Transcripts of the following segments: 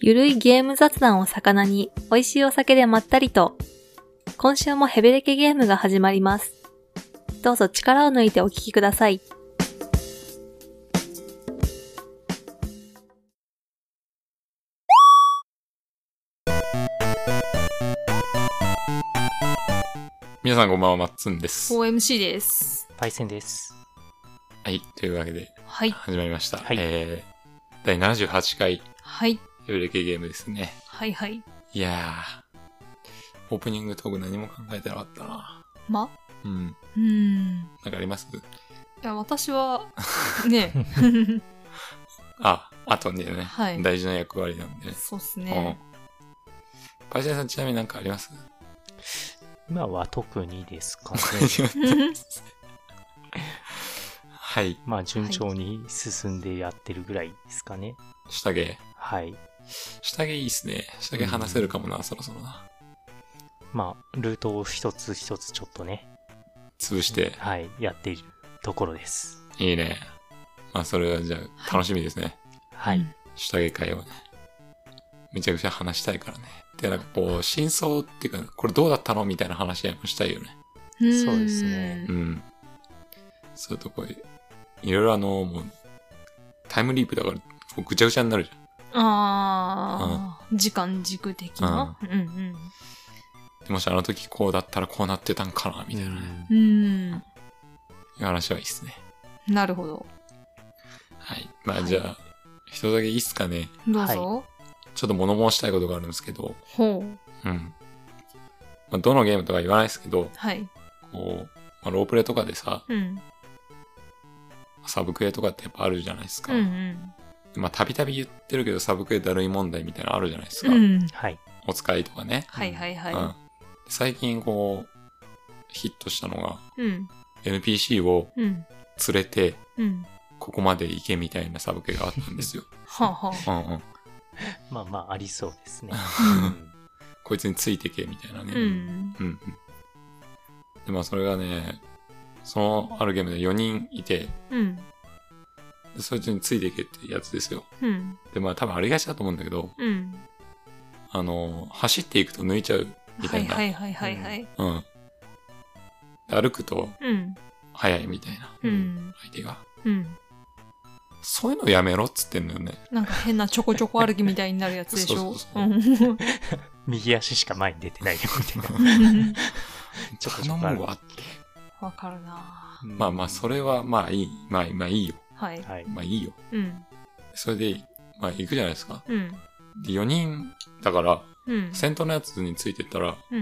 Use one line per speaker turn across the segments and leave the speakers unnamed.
ゆるいゲーム雑談を魚に、美味しいお酒でまったりと。今週もヘベレケゲームが始まります。どうぞ力を抜いてお聞きください。
皆さんこんばんは、まっつんです。は
OMC です。
パイセンです。
い、というわけで
はい。
始まりました。
はい
えー、第78回、
はい。
ヘブレケゲームですね。
はいはい。
いやー、オープニングトーク何も考えてなかったな。
ま
うん。
うーん。
なんかあります
いや、私 は、ね
あ、あとね、
はい
大事な役割なんでね。
そうっす
うん
ね。。
パイセンさんちなみになんかあります
今は特にですかね。
はい、
まあ順調に進んでやってるぐらいですかね。
下着。
はい。
下着いいっすね。下着話せるかもな、そろそろな。
まあ、ルートを一つ一つちょっとね、
潰して。
はい、やっているところです。
いいね。まあ、それはじゃあ、楽しみですね。
は
う
い
ん。
下着会をね、めちゃくちゃ話したいからね。で、なんかこう、真相っていうか、これどうだったのみたいな話し合いもしたいよね。
ーん
そうですね
うん。そういうとこ、いろいろあの、もう、タイムリープだから、こうぐちゃぐちゃになるじ
ああ、時間軸的な。うん
ゃん。もしあの時こうだったらこうなってたんかなみたいなね、
うん。うん。
いう話はいいっすね。
なるほど。
はい。まあじゃあ、一つだけいいっすかね。
どうぞ。
ちょっと物申したいことがあるんですけど、
ほう。
うん。まあ、どのゲームとか言わないですけど、
はい。
こう、まあ、ロープレとかでさ、
うん。
サブクエとかってやっぱあるじゃないです
う
か。
んうん。
まあ、たびたび言ってるけど、サブクエだるい問題みたいなのあるじゃないですか。
うん。
はい。
お使いとかね。
はいはい
うん
は
で最近、こう、ヒットしたのが、
い。うん。
NPC を
うん。
連れて、
うん。
ここまで行けみたいなサブクエがあったんで すよ。
はあはあ。
うんうん。
まあまあ、ありそう ですね。
こいつについてけみたいなね。
う。ん。
うんうん。で、まあ、それがね、そのあるゲームで4人いて、
うん。
でそいつについてけってやつですよ。
うん。
で、まあ、多分ありがちだと思うんだけど、
うん。
あの、走っていくと抜いちゃうみた
はい
いな。
はいはいはいはい。
うん。で歩くと
うん。
速いみたいな、
うん。
相手が。
うん。
そういうのやめろっつってんのよ ね。
なんか変なちょこちょこ歩きみたいになるやつでしょ。
そうそうそう
うん
右足しか前に出てないよ、みたいな。ちょっと
頼むわって。
わかるな
まあまあ、それはまあいい。まあまあいいよ。
はい。
はい。
まあいいよ。
うん。
それで、まあ行くじゃないですか。
うん。
で、4人、だから、
うん。
先頭のやつについてったら、
うん。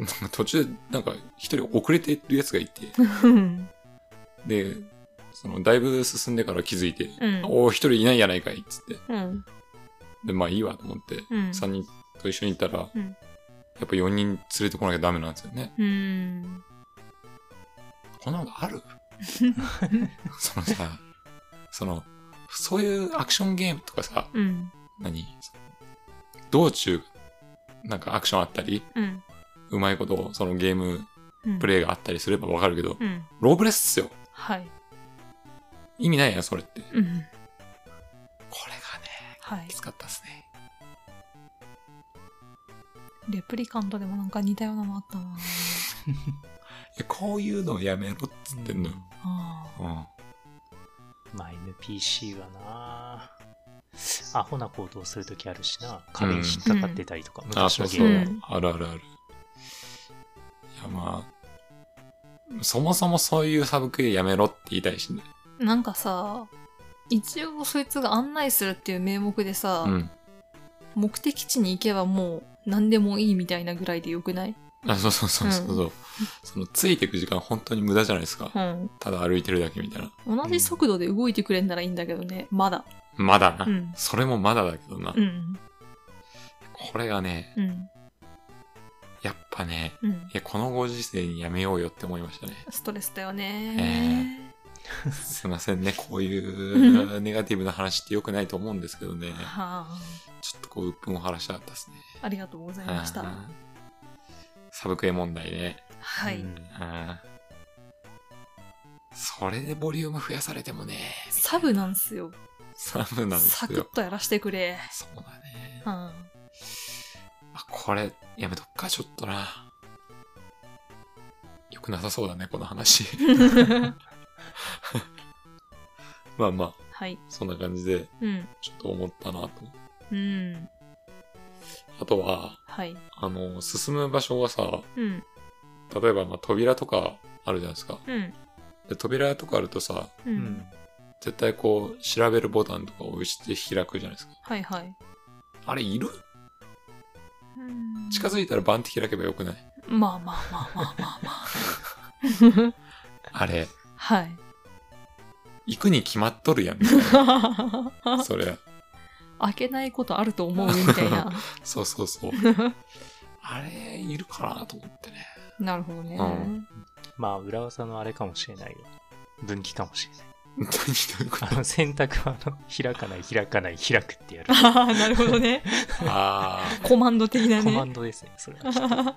なんか途中で、なんか一人遅れてるやつがいて、
うん。
で、その、だいぶ進んでから気づいて、
うん
おお、一人いないやないかいっつって。
うん。
で、まあいいわと思って、
うん
3人と一緒にいたら、
うん
やっぱ4人連れてこなきゃダメなんですよね。
うん。
こんなのあ るそのさ、その、そういうアクションゲームとかさ、
うん。
何その道中、なんかアクションあったり、
うん。
うまいこと、そのゲーム
うん。
プレイがあったりすればわかるけど、
うん。
ロープレスっすよ。
はい。
意味ないやん、それって。これ
うん。
がね、
はい
き。つかったっす ね。
レプリカントでもなんか似たようなのあったない
やこういうのをやめろっつってんのよ。
あ
うん
まあ NPC はなアホな行動するときあるしな壁に引っかかってたりとか、
あ、
昔
そ
の
う
ゲ
そう
ーム
うん。
あるあるある。いや、まあ、そもそもそういうサブクエやめろって言いたいしね。
ーなんかさ、一応そいつが案内するっていう名目でさ、
うん。
目的地に行けばもう何でもいいみたいなぐらいでよくない
あ、そうそうそうそうそう。その、ついてく時間本当に無駄じゃないですか
う。ん。
ただ歩いてるだけみたいな。
同じ速度で動いてくれんならいいんだけどね、まだ。
まだな。
うん
それもまだだけどな。
うん。
これがね、
うん。
やっぱね、
うん。
いや、このご時世にやめようよって思いましたね。
ストレスだよね。
すいませんね、こう いうネガティブな話って良くないと思うんですけどね。
はあ。
ちょっとこう、鬱憤を晴らしたかったですね。
ありがとうございました。
うんサブクエ問題ね。
は
う
い。
ん
うんそれでボリューム増やされてもね、
サブなんすよ。
サブなんで
サ
す
クッ
よ。
とやらしてくれ。
そうだね。
は
あ、これ、やめとくか、ちょっとな。よくなさそうだね、この話。
あ
まあまあ、
はい。
そんな感じで、
うん。
ちょっと思ったなと。
うん。
あとは、
はい。
あの、進む場所がさ、
うん。
例えば、まあ、扉とかあるじゃないですか。
うん。
で扉とかあるとさ、
う。
うんん。
絶対こう、調べるボタンとかを押して開くじゃないですか。
はいはい。
あれ、いる近づいたらバンって開けばよくない
まあまあまあまあまあまあ。
あれ、
はい。
行くに決まっとるやん、みたい な。それ、
開けないことあると思うみたいな。
そうそうそう。あれ、いるかなと思ってね。
なるほどね。
う
まあ、裏技のあれかもしれないよ。分岐かもしれない。
本当にどういうこと
あの、選択は、あの、開かない、開かない、開くって やる。
あ あ、なるほどね。
ああ。
コマンド的な
コマン
ね。
ドですね、それは。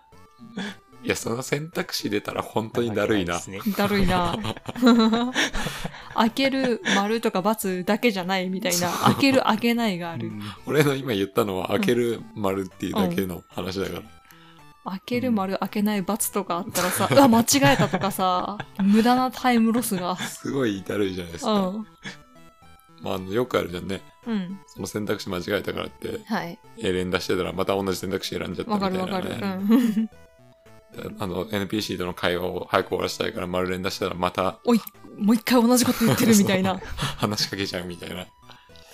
いや、その選択肢出たら本当にだるいな
です。ね
だるいな。 開ける、丸とか×だけじゃないみたいな。開ける、開けないがあ
う
る。
ん
俺の今言ったのは開ける丸っていうだけの話だから。
開ける、丸、開けない×とかあったらさ、うわ、間違えたとかさ、無駄なタイムロスが。
すごいだるいじゃないです
う
か。
ん。
まあ、あの、よくあるじゃんね。
うん。
その選択肢間違えたからって、
はい。
エレン出してたらまた同じ選択肢選んじゃった
わ
み
かる
た
わ
い
か
な
る。う
ね。
ん。
あの、NPC との会話を早く終わらせたいから丸連打したらまた
おい、もう一回同じこと言ってるみたいな。
話しかけちゃうみたいな。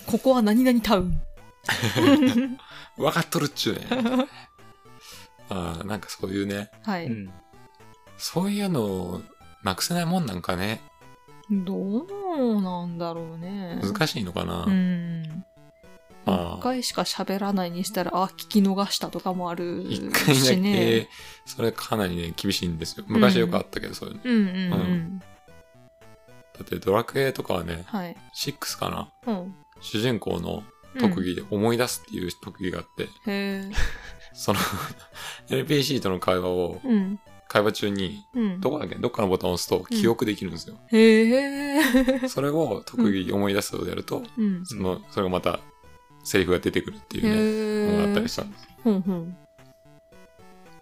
ここは何々タウン。
分かっとるっちゅうね。 ああ、なんかそういうね、
は
う
い。
ん。
そういうのなくせないもんなんかね、
どうなんだろうね。
難しいのかな。
うん。
まあ
一回しか喋らないにしたら、あ、聞き逃したとかもある
一回だ
し
け、
ね。
それかなりね、厳しいんですよ。昔よくあったけど、そういうの。だ
うんうんう。
うんってドラクエとかはね、
はい。
6か
う
な
ん。
主人公の特
技。
技で思い出すっていう特技があって、
へえ。
その NPC との会話を、
うん。
会話中に、
うん。
どこだっけどっかのボタンを押すと記憶できるんですよ。
へえ。
それを特技思い出すをやると、
うん。
その、それがまた、セリフが出てくるっていうね、のがあ
へ
った
え
りし。たんです。
ふんふん。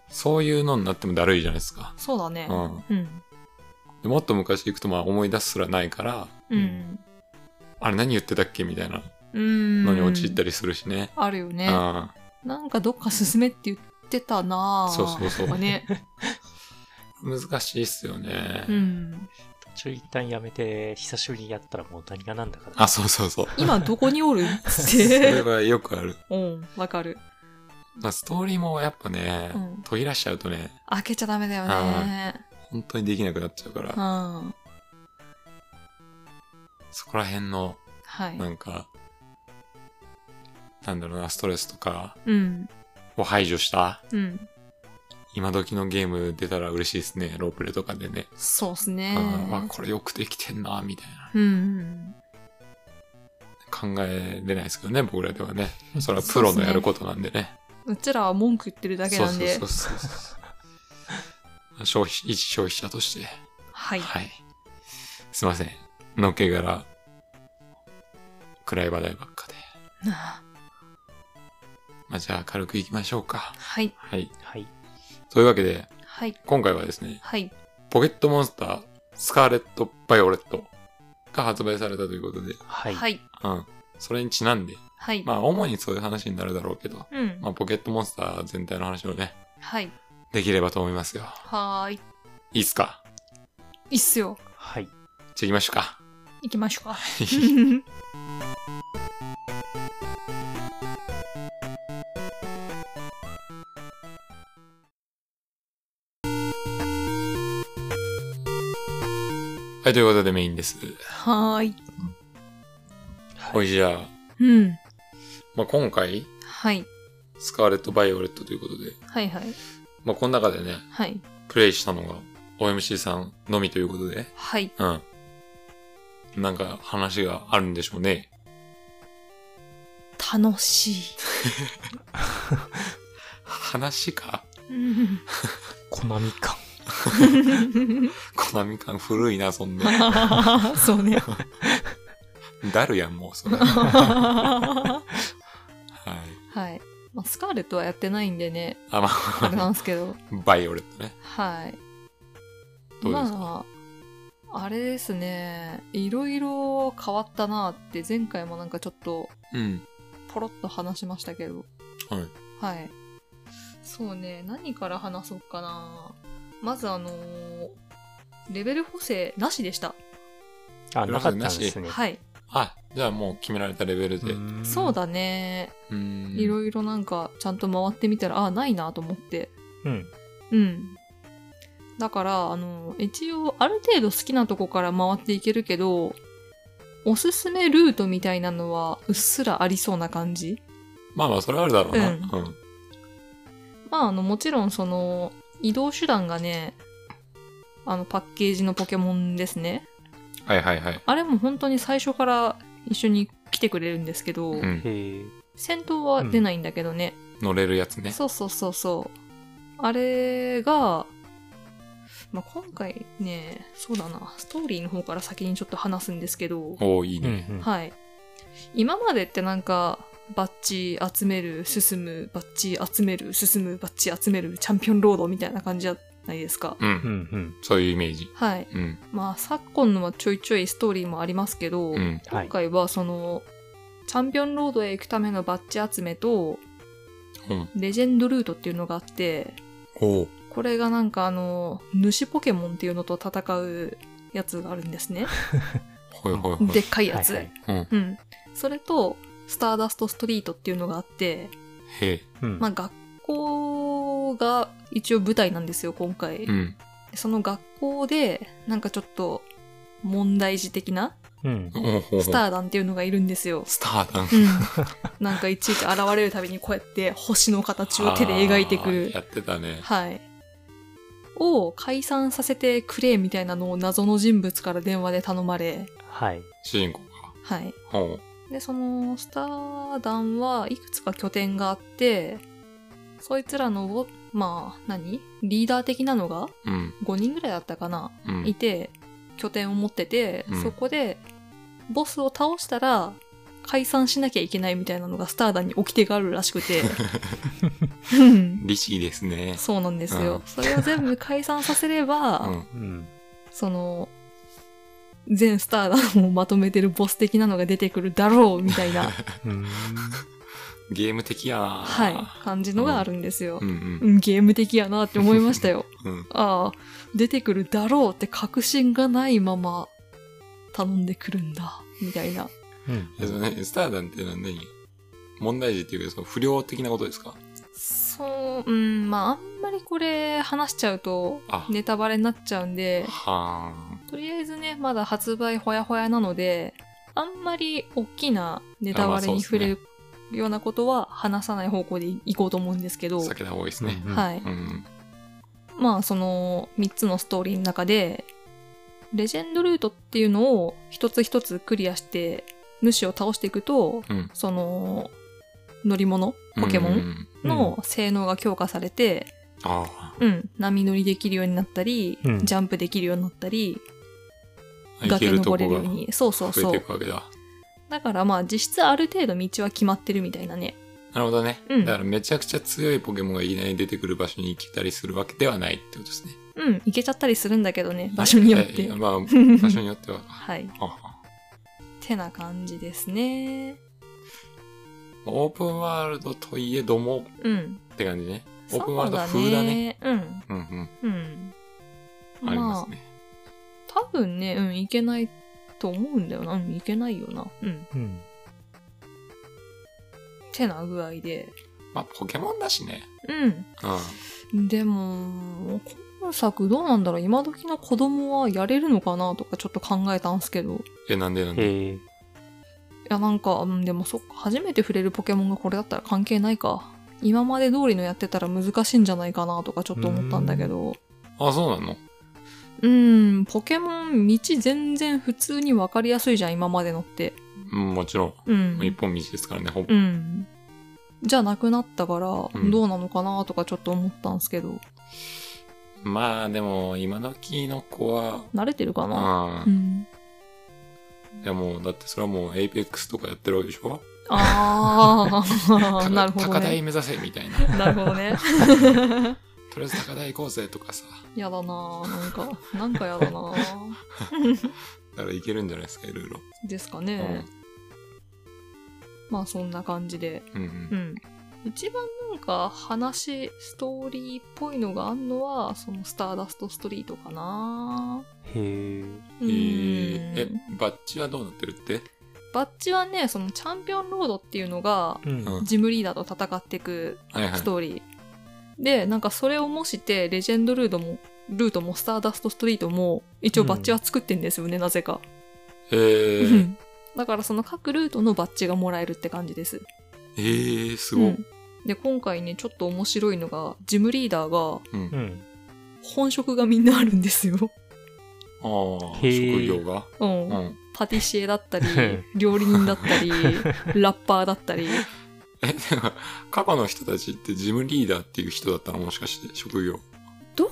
そういうのになってもだるいじゃないですか。
そうだね。
うん
うん。
でもっと昔行くとまあ思い出すすらないから、
うん。
あれ何言ってたっけみたいな
うん。
のに陥ったりするしね。
あるよね。
あ
なんかどっか進めって言ってたなぁ。
そうそうそう
とかね。
難しいっすよね。
うん。
途中一旦やめて、久しぶりにやったらもう何がなんだか
あ、そうそ うそう。
今どこにおるっ
それ
て。
はよくある。
うん、わかる。
まあ、ストーリーもやっぱね、
うん
途切らしちゃうとね、
開けちゃダメだよね。
本当にできなくなっちゃうから、
うん。は
そこら辺の、
い。
なんか、なんだろうな、ストレスとか
うん。
を排除した、
うん。
今時のゲーム出たら嬉しいですね、ロープレとかでね。
そうっす
あ
ね。
ーわこれよくできてんな、みたいな。
うんうん。
考えれないですけどね、僕らではね。それはプロのやることなんでね。
うちらは文句言ってるだけなんで
そう。そうそうそう。 消費、一消費者として。
はい。
はい。すいません。のっけから、暗い話題ばっかで。まあ、じゃあ軽く行きましょうか。
はい。
はい。
ら。はい。
というわけで、
はい。
今回はですね、
はい。
ポケットモンスター、スカーレット・バイオレットが発売されたということで、
はい。
はい。
うん。それにちなんで、
はい。
まあ、主にそういう話になるだろうけど、
うん。
まあ、ポケットモンスター全体の話をね、
はい。
できればと思いますよ。
はーい。
いいっすか
いいっすよ。
はい。
じゃあ行きましょうか。
行きま しょうか。
はい、ということでメインです。
はーい。
ほいじゃあ、
うん。
まあ、今回、
はい。
スカーレット・バイオレットということで、
はいはい。
まあ、この中でね、
はい。
プレイしたのが OMC さんのみということで、
はい。
うん。なんか話があるんでしょうね。
楽しい。
話か
うん
コナミ感。
コナミ感古いな、そん な。
そう ね。
だるやん、もう、それ。はい。
はい。まあ、スカーレットはやってないんでね、
あ、ま
あれな
あ、
んですけど、
バイオレットね。
はい。
どうですか
まあ、あれですね、いろいろ変わったなって、前回もなんかちょっと
うん。
ポロッと話しましたけど、
はい。
はい。そうね、何から話そうかな。まずあのーレベル補正なしでした。
あ、なかったんですね。
はい。
あ、じゃあもう決められたレベルで。
ん
そう。だね。
うん。
いろいろなんかちゃんと回ってみたら、あ、ないなと思って。
うん。
うん。だから、あの、一応、ある程度好きなとこから回っていけるけど、おすすめルートみたいなのは、うっすらありそうな感じ。
まあまあ、それはあるだろうな。
う
うんん。
まあ、あの、もちろん、その、移動手段がね、あの、パッケージのポケモンですね。
はいはいはい。
あれも本当に最初から一緒に来てくれるんですけど、
うん。
へえ。
戦闘は出ないんだけどね。
乗れるやつね。
そうそうそうそう。あれが、まあ、今回ね、そうだな、ストーリーの方から先にちょっと話すんですけど、
おおいい
うんう
ね。
ん。
はい。今までってなんか、バッチ集める、進む、バッチ集める、進む、バッチ集める、チャンピオンロードみたいな感じじゃないですか。
うん。
うんうん。
そういうイメージ。
はい。
うん。
まあ、昨今のはちょいちょいストーリーもありますけど、
うん。
は
今
い。
回はその、チャンピオンロードへ行くためのバッジ集めと、
うん。
レジェンドルートっていうのがあって、
おお。
これがなんかあの、主ポケモンっていうのと戦うやつがあるん ですね。
ほいほいほ
で
い。
っかいや
は
つ。
いはい。
うん。
うん。それと、スターダストストリートっていうのがあって、
へえ。
うん
まあ学校が一応舞台なんですよ、今回。
うん。
その学校で、なんかちょっと、問題児的な
うん。
おおほうほう
スター団っていうのがいるんですよ。
スターだな。
うん。なんかいちいち現れるたびにこうやって星の形を手で描いてく
あー
る
や。ってたね。
はい。を解散させてくれみたいなのを謎の人物から電話で頼まれ、
はい。
主人公が。
はい。
ほ
で、そのスター団はいくつか拠点があって、そいつらのを、まあ、何リーダー的なのが
う。うん。
5人ぐらいだったかな、
うん。
いて、拠点を持ってて、
うん
そこで、ボスを倒したら、解散しなきゃいけないみたいなのがスター団に掟があるらしく て。うん
リシーですね。
そうなんですよ。
うん
それを全部解散させれば、
うん。
うん。
その、全スター団をまとめてるボス的なのが出てくるだろう、みたい な、
うん。
ゲーム的やな。
はい、感じのがあるんですよ
う。んう。
うんん、ゲーム的やなって思いましたよ。
うん。
ああ、出てくるだろうって確信がないまま、頼んでくるんだ、みたいな。
うん
えそのねスター団っていうのは何問題児っていうか、その不良的なことですか
そう、うん、まあ、あんまりこれ話しちゃうと、
あ、
ネタバレになっちゃうんで、
は
とりあえずね、まだ発売ほやほやなので、あんまり大きなネタバレに触れるようなことは話さない方向でいこうと思うんですけ
ー
ど
ん。、避けた方がいいですね。
うん
はい。
うん。
まあ、その3つのストーリーの中で、レジェンドルートっていうのを一つ一つクリアして、主を倒していくと、
うん
その、乗り物、ポケモ
う
ン
ん
の性能が強化されて、
あ
うん、波乗りできるようになったり、
うん
ジャンプできるようになったり、
あ。行け
崖
るとこ
登
が
れるよう
増
に、そうそう
え
そ。
ていうくわけだ。
だからまあ実質ある程度道は決まってるみたいなね。
なるほどね。
うん
だからめちゃくちゃ強いポケモンがいきなり出てくる場所に行けたりするわけではないってことですね。
うん、行けちゃったりするんだけどね、場所によっ
え
て
え。 まあ、場所によっては。
はい。
はは
てな感じですね。
オープンワールドといえども
うん。
って感じね。オ
そう
ープンワールド風だね。
だね。
うんうん。
うん。うん。
ありますね。
多分ね、うん、行けないと思うんだよな。うん、行けないよな。うん。
うん。
てな具合で。
まあ、ポケモンだしね。
うん。
う
でも、今作どうなんだろう今時の子供はやれるのかなとかちょっと考えたんすけど。い
ん。え、なんでなんで
へえ。
や、なんか、うん、でもそっか、初めて触れるポケモンがこれだったら関係ないか。今まで通りのやってたら難しいんじゃないかなとかちょっと思ったんだけど。
あ、そうなの
うん、ポケモン道全然普通にわかりやすいじゃん、今までのって。
うん、もちろん。
うん。
一本道ですからね、ほぼ。
うん。じゃなくなったから、
うん
どうなのかなとかちょっと思ったんすけど、
まあ、でも、今時の子は、
慣れてるかな
あ
うん。
あ、いやもう、だってそれはもう、エイペックスとかやってるわけでしょ
ああ、 なるほど
高台
ね。
目指せみたいな。
なるほどね。
とりあえず高台行こうぜとかさ。
やだなぁ。なんか、なんかやだなぁ。
だから行けるんじゃないですか、いろいろ。
ですかね。まあそんな感じで。
うんう。
うんん。一番なんか話、ストーリーっぽいのがあんのは、そのスターダストストリートかな
へ
え
え。
うん。
ーえ、バッジはどうなってるって
バッジはね、そのチャンピオンロードっていうのが、
うん。
うん
ジムリーダーと戦っていく
はいはい
ス。トーリー。で、なんかそれを模して、レジェンドルードも、ルートもスターダストストリートも、一応バッジは作ってんですよね、なぜか。
えー、
だからその各ルートのバッジがもらえるって感じです。
えー、すご
う
い。
んで、今回ね、ちょっと面白いのが、ジムリーダーが
うん。
う
あ
ん。
本職がみんなあるんですよ。
あー、
へー
職業が。
うん。
うん。
パティシエだったり、料理人だったり、ラッパーだったり。
え、でも、過去の人たちってジムリーダーっていう人だったのもしかして、職業。
そ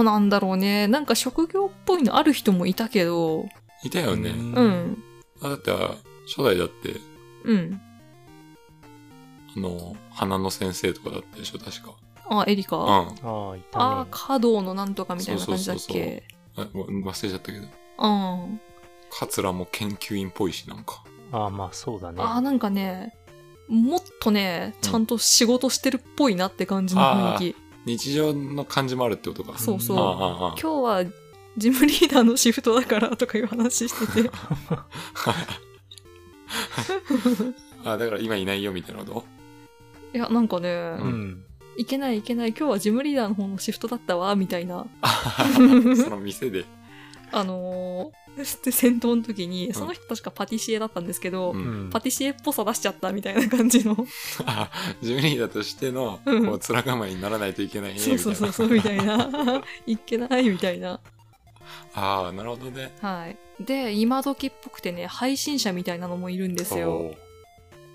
うなんだろうね。なんか職業っぽいのある人もいたけど、
いたよね。
う
うん。
ん。
あだって、初代だって、
うん。
あの、花の先生とかだったでしょ、確か。
あ、エリカ。あ
うん。
ああ、いたね。
あー、華道のなんとかみたいな感じだっ
そうそうそう
け。
あわ忘れちゃったけど。
うん。
桂も研究員っぽいし、なんか。
ああ、まあそうだね。
あーなんかね、もっとね、ちゃんと仕事してるっぽいなって感じの雰囲気。
日常の感じもあるってことか。
そうそう
ああ、ああ。
今日はジムリーダーのシフトだからとかいう話して て
あ、だから今いないよみたいなこと
いやなんかね、
うん。
いけないいけない今日はジムリーダーの方のシフトだったわみたい な
その店で。
あのー、で戦闘の時にその人確かパティシエだったんですけど、
うん
うん。
パティシエっぽさ出しちゃったみたいな感じの
あ ジムリーダーとしての、
うん
こう、面構えにならないといけないね、みた
そ
いうな。
そうそうそうみたい ないけないみたいな
ああ、なるほどね。
はいで今時っぽくてね配信者みたいなのもいるんですよ
おー。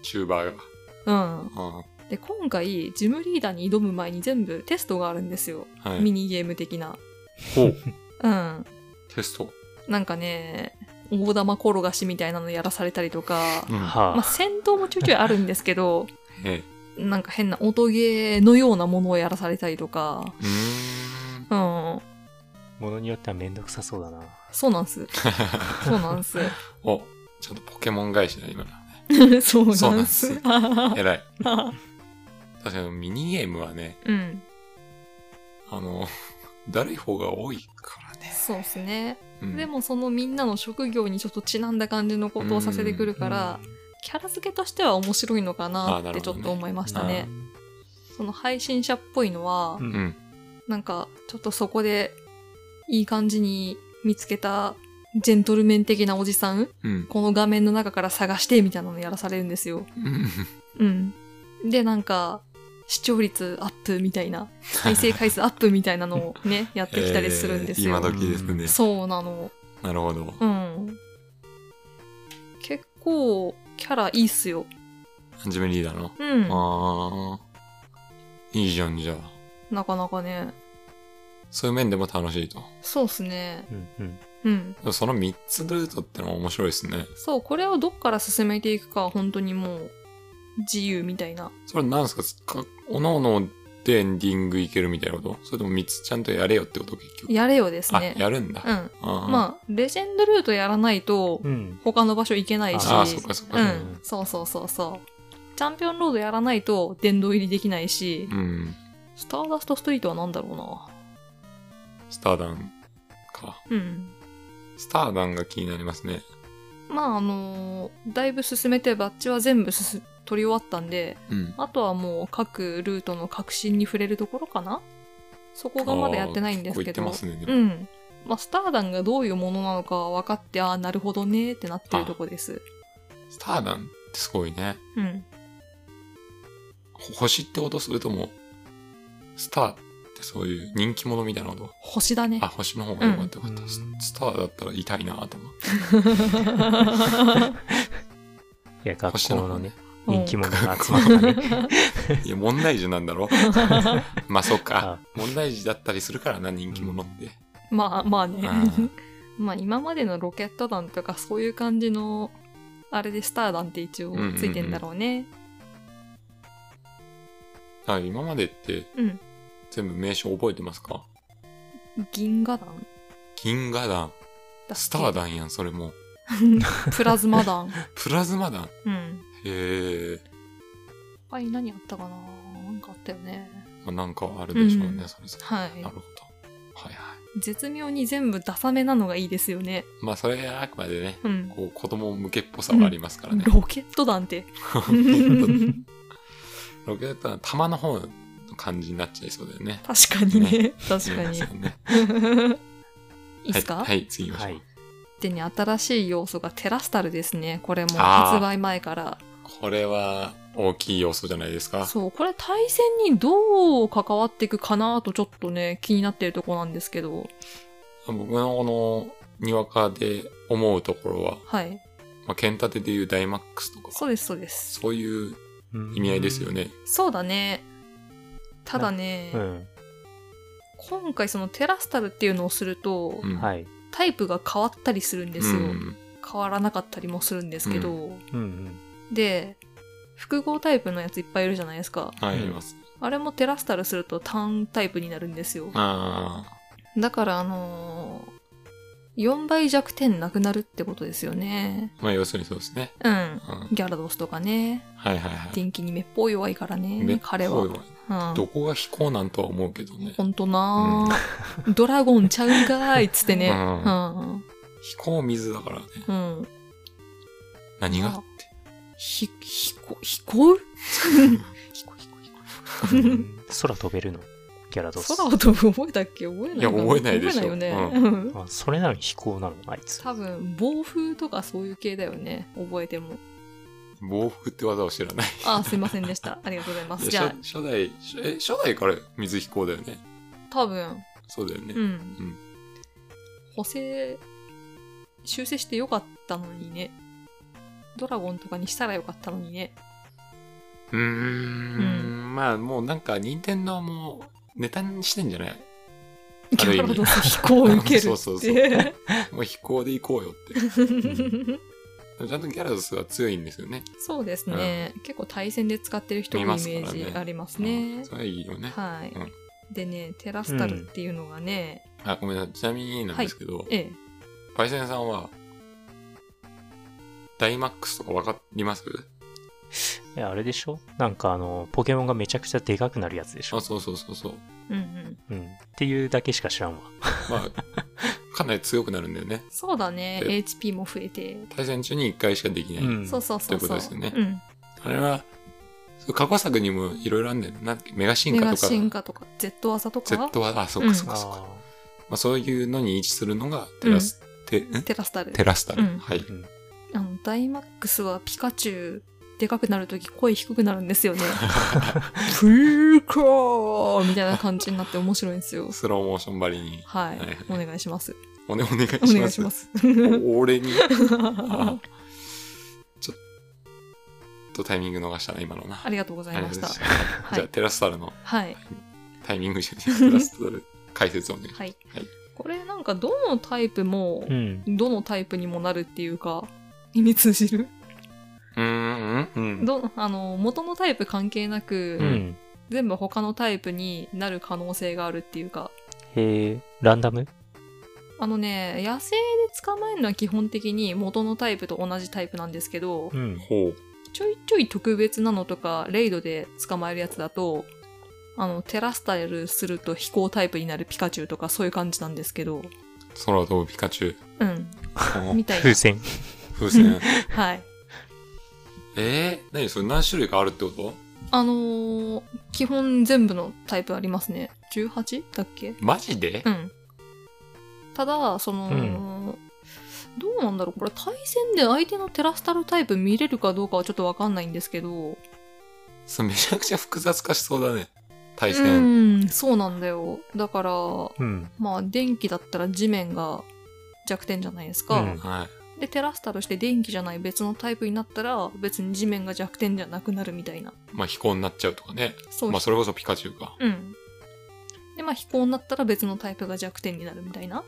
チューバー
うん
が。うん。は
で今回ジムリーダーに挑む前に全部テストがあるんですよ、ミ
い。
ニゲーム的な
ほう。
うん
テスト。
なんかね、大玉転がしみたいなのやらされたりとか、
うん。
は
まあ、
あ。
戦闘もちょいちょいあるんですけど、
ええ。
なんか変な音ゲーのようなものをやらされたりとか、
うーん。
うん、
ものによってはめんどくさそうだな。
そうなんす。そうなん す。
お、ちゃんとポケモン返しだ、今の。
そうなん
そう
す。
偉い。確かにミニゲームはね、
うん、
あの、 だるい方が多いからね。
そうっすね。
うん
でもそのみんなの職業にちょっとちなんだ感じのことをさせてくるから、キャラ付けとしては面白いのかな
あな
っ
る
てちょ
ほどね
っと思いました
だ
ね。その配信者っぽいのは、
うん。
う
うん。
ん。
なんか、ちょっとそこで、いい感じに見つけた、ジェントルメン的なおじさん、
うん。
この画面の中から探して、みたいなのやらされるんですよ。
うん
うん。で、なんか、視聴率アップみたいな、再生回数アップみたいなのをね、やってきたりするんですよ。
えー今時ですね。
そうなの。
なるほど。
うん。結構、キャラいいっすよ。
自分リーダーの。
うん。
ああ。いいじゃん、じゃあ。
なかなかね。
そういう面でも楽しいと。
そうっすね。
うん。
うん。
でもその3つルートってのも面白いですね。
そう、これをどっから進めていくかは本当にもう自由みたいな。
それなんですかかおのおのでエンディングいけるみたいなことそれとも3つちゃんとやれよってこと結局。
やれよです
あ、
ね。
やるんだ。
う
あ
ん。
あ
まあ、レジェンドルートやらないと
うん。
他の場所行けないし。
ああ、そっかそっ
う
か。
ん。そうそうそうそう。チャンピオンロードやらないと殿堂入りできないし、
うん。
スターダストストリートは何だろうな。
スターダンか。
うん。
スターダンが気になりますね。
まあ、あのーだいぶ進めてバッジは全部すす取り終わったんで、
うん。
あとはもう各ルートの核心に触れるところかなそこがまだやってないんですけど。
ああ結構言ってますね。で
う
も
ん。まあ、スターダンがどういうものなのかは分かって、ああ、なるほどねーってなってるとこです。
スターダンってすごいね。
うん。
ほ星ってことするとも、スターってそういう人気者みたいなこと。
星だね
あ、。星の方が良かったよかった、
うん
ススターだったら痛いなと思って。
いや、学校のね、
うん
人気者が集まったね。
いや、問題児なん だろまあ、そっか
あ。
問題児だったりするからな、人気者って。
まあまあね
うん。
まあ今までのロケット団とかそういう感じの、あれでスターなんて一応ついてんだろうね。
あ今までって
うん。
全部名称覚えてますか
銀河団
銀河団、
だっけ
スター団やん、それも。
プラズマ 団。
プラズマ団。
うん。
へえ、
他に何あったかななんかあったよね。
まあ、なんかあるでしょうね、
うん
それぞれ。
はい。
なるほど。はいはい。
絶妙に全部ダサめなのがいいですよね。
まあ、それはあくまでね、
うん。
こう子供向けっぽさはありますからね。
ロケット団 って。
ロケットは玉の方の感じになっちゃいそうだよね。
確かにね。確かに。
いますよね
いいっすか、
はい、はい、次行きまし
は
ょう。
い。
でね、新しい要素がテラスタルですね。これも
あー
発売前から。
これは大きい要素じゃないですか。
そう、これ対戦にどう関わっていくかなとちょっとね、気になってるとこなんですけど。
僕のこの、にわかで思うところは、
はい。
まあ、剣立てでいうダイマックスとか、
そうです、そうです。
そういう意味合いですよね。
そうだね。ただね、
うん。
今回そのテラスタルっていうのをすると、
うん。い。
はい。
タイプが変わったりするんで
う
すよ。
ん。
変わらなかったりもするんですけど。
うんうん。
で、複合タイプのやついっぱいいるじゃないですか。
はい、あります。
あれもテラスタルするとターンタイプになるんですよ。
あ
だからあのー、4倍弱点なくなるってことですよね。
あ、まあ要するにそうですね。
うん。
うん。はい
ギャラドスとかね。
はいはい。
電気にめっぽう弱いから
めっ
ね
ち。ゃ
彼は。
弱い
うん
ど。こが非行なんとは思うけどね。
ほんとなー、 ドラゴンちゃうんかーいっつってね。う
う
んん。
非行水だからね。
うん。
何がって。
ひ、ひこ、ひこうひこひこひこ。
空飛べるのギャラドス。
空を飛ぶ覚えたっけ覚えないか
いや覚えないでしょ
覚えないよね。うん
あそれなのに飛行なのあいつ。
多分、暴風とかそういう系だよね。覚えても。
暴風って技を知らない。
あー、すいませんでした。ありがとうございま
い
す。
や
じゃあ、
初初代、初え、初代から水飛行だよね。
多分、
そうだよね。
うん。
うん
補正、修正してよかったのにね。ドラゴンとかにしたらよかったのにね。
うーん、まあもうなんか、任天堂もネタにしてんじゃない
ギ
ある意味
ャラドス飛行を受けるって。
そうそうそうもう飛行で行こうよ って。ちゃんとギャラドスは強いんですよね。
そうですね、結構対戦で使ってる人のイ
見
メ
ますからね
ージありますね。
うんそれはいいよね。
はい、
うん
でね、テラスタルっていうのがね、
あ、ごめんなさい。ちなみになんですけど、
ええ、
パイセンさんは、ダイマックスとかわかります
いやあれでしょなんかあの、ポケモンがめちゃくちゃでかくなるやつでしょ
あ、そうそうそうそう。
うんうん。
うん。っていうだけしか知らんわ。
ま あ、かなり強くなるんだよね。
そうだね、
え
HP も増えて。
対戦中に1回しかできない。
うん。
そうそうそうそう。
ということですよね
うん。
あれは、そう過去作にもいろいろあるんだよね。なんだっけメガ進
メ
化
ガ
とか、
進化とか、Z 技とか、
Z は、あ、そっかそっ
あ
かそっか。
ー
まあ、そういうのに位置するのがテラス、テん
テラスタル。
テラスタル。
うん
はい。
うん
あの、ダイマックスはピカチュウ、でかくなるとき声低くなるんですよね。ピーカーみたいな感じになって面白いんですよ。
スローモーションばりに。
はい。
はい
お願いします。
お,、ね、お願いし
お
ます。
願いします。
お俺に。あちょっとタイミング逃したな、今のな。
ありがとうございました。
ありがとうございました
は
じゃあ、
い。
テラスタルの
はい。
タイミングじゃねえ、テラスタル解説をね。
はい
はい。
これなんかどのタイプも
う、ん。
どのタイプにもなるっていうか、意味通じる
うーん、うん、うん。
ど、あの、元のタイプ関係なく、
うん。
全部他のタイプになる可能性があるっていうか、
へえ、ランダム
あのね、野生で捕まえるのは基本的に元のタイプと同じタイプなんですけど、
うん。
ほう。
ちょいちょい特別なのとか、レイドで捕まえるやつだと、あの、テラスタイルすると飛行タイプになるピカチュウとかそういう感じなんですけど、
空を飛ぶピカチュウ。
うん、
この
みたいな
風。船。
風船。
はい。
えー、何それ何種類かあるってこと
あのー基本全部のタイプありますね。18? だっけ
マジで
うん。ただ、その、
うん
どうなんだろうこれ対戦で相手のテラスタルタイプ見れるかどうかはちょっとわかんないんですけど、
それめちゃくちゃ複雑化しそうだね。対
う
戦。
ん、そうなんだよ。だから、
うん。
まあ、電気だったら地面が弱点じゃないですか。
うん
はい。
で、テラスタルして電気じゃない別のタイプになったら、別に地面が弱点じゃなくなるみたいな。
まあ、飛行になっちゃうとかね。
そう、
まあ、それこそピカチュウか。
うん。で、まあ、飛行になったら別のタイプが弱点になるみたいな。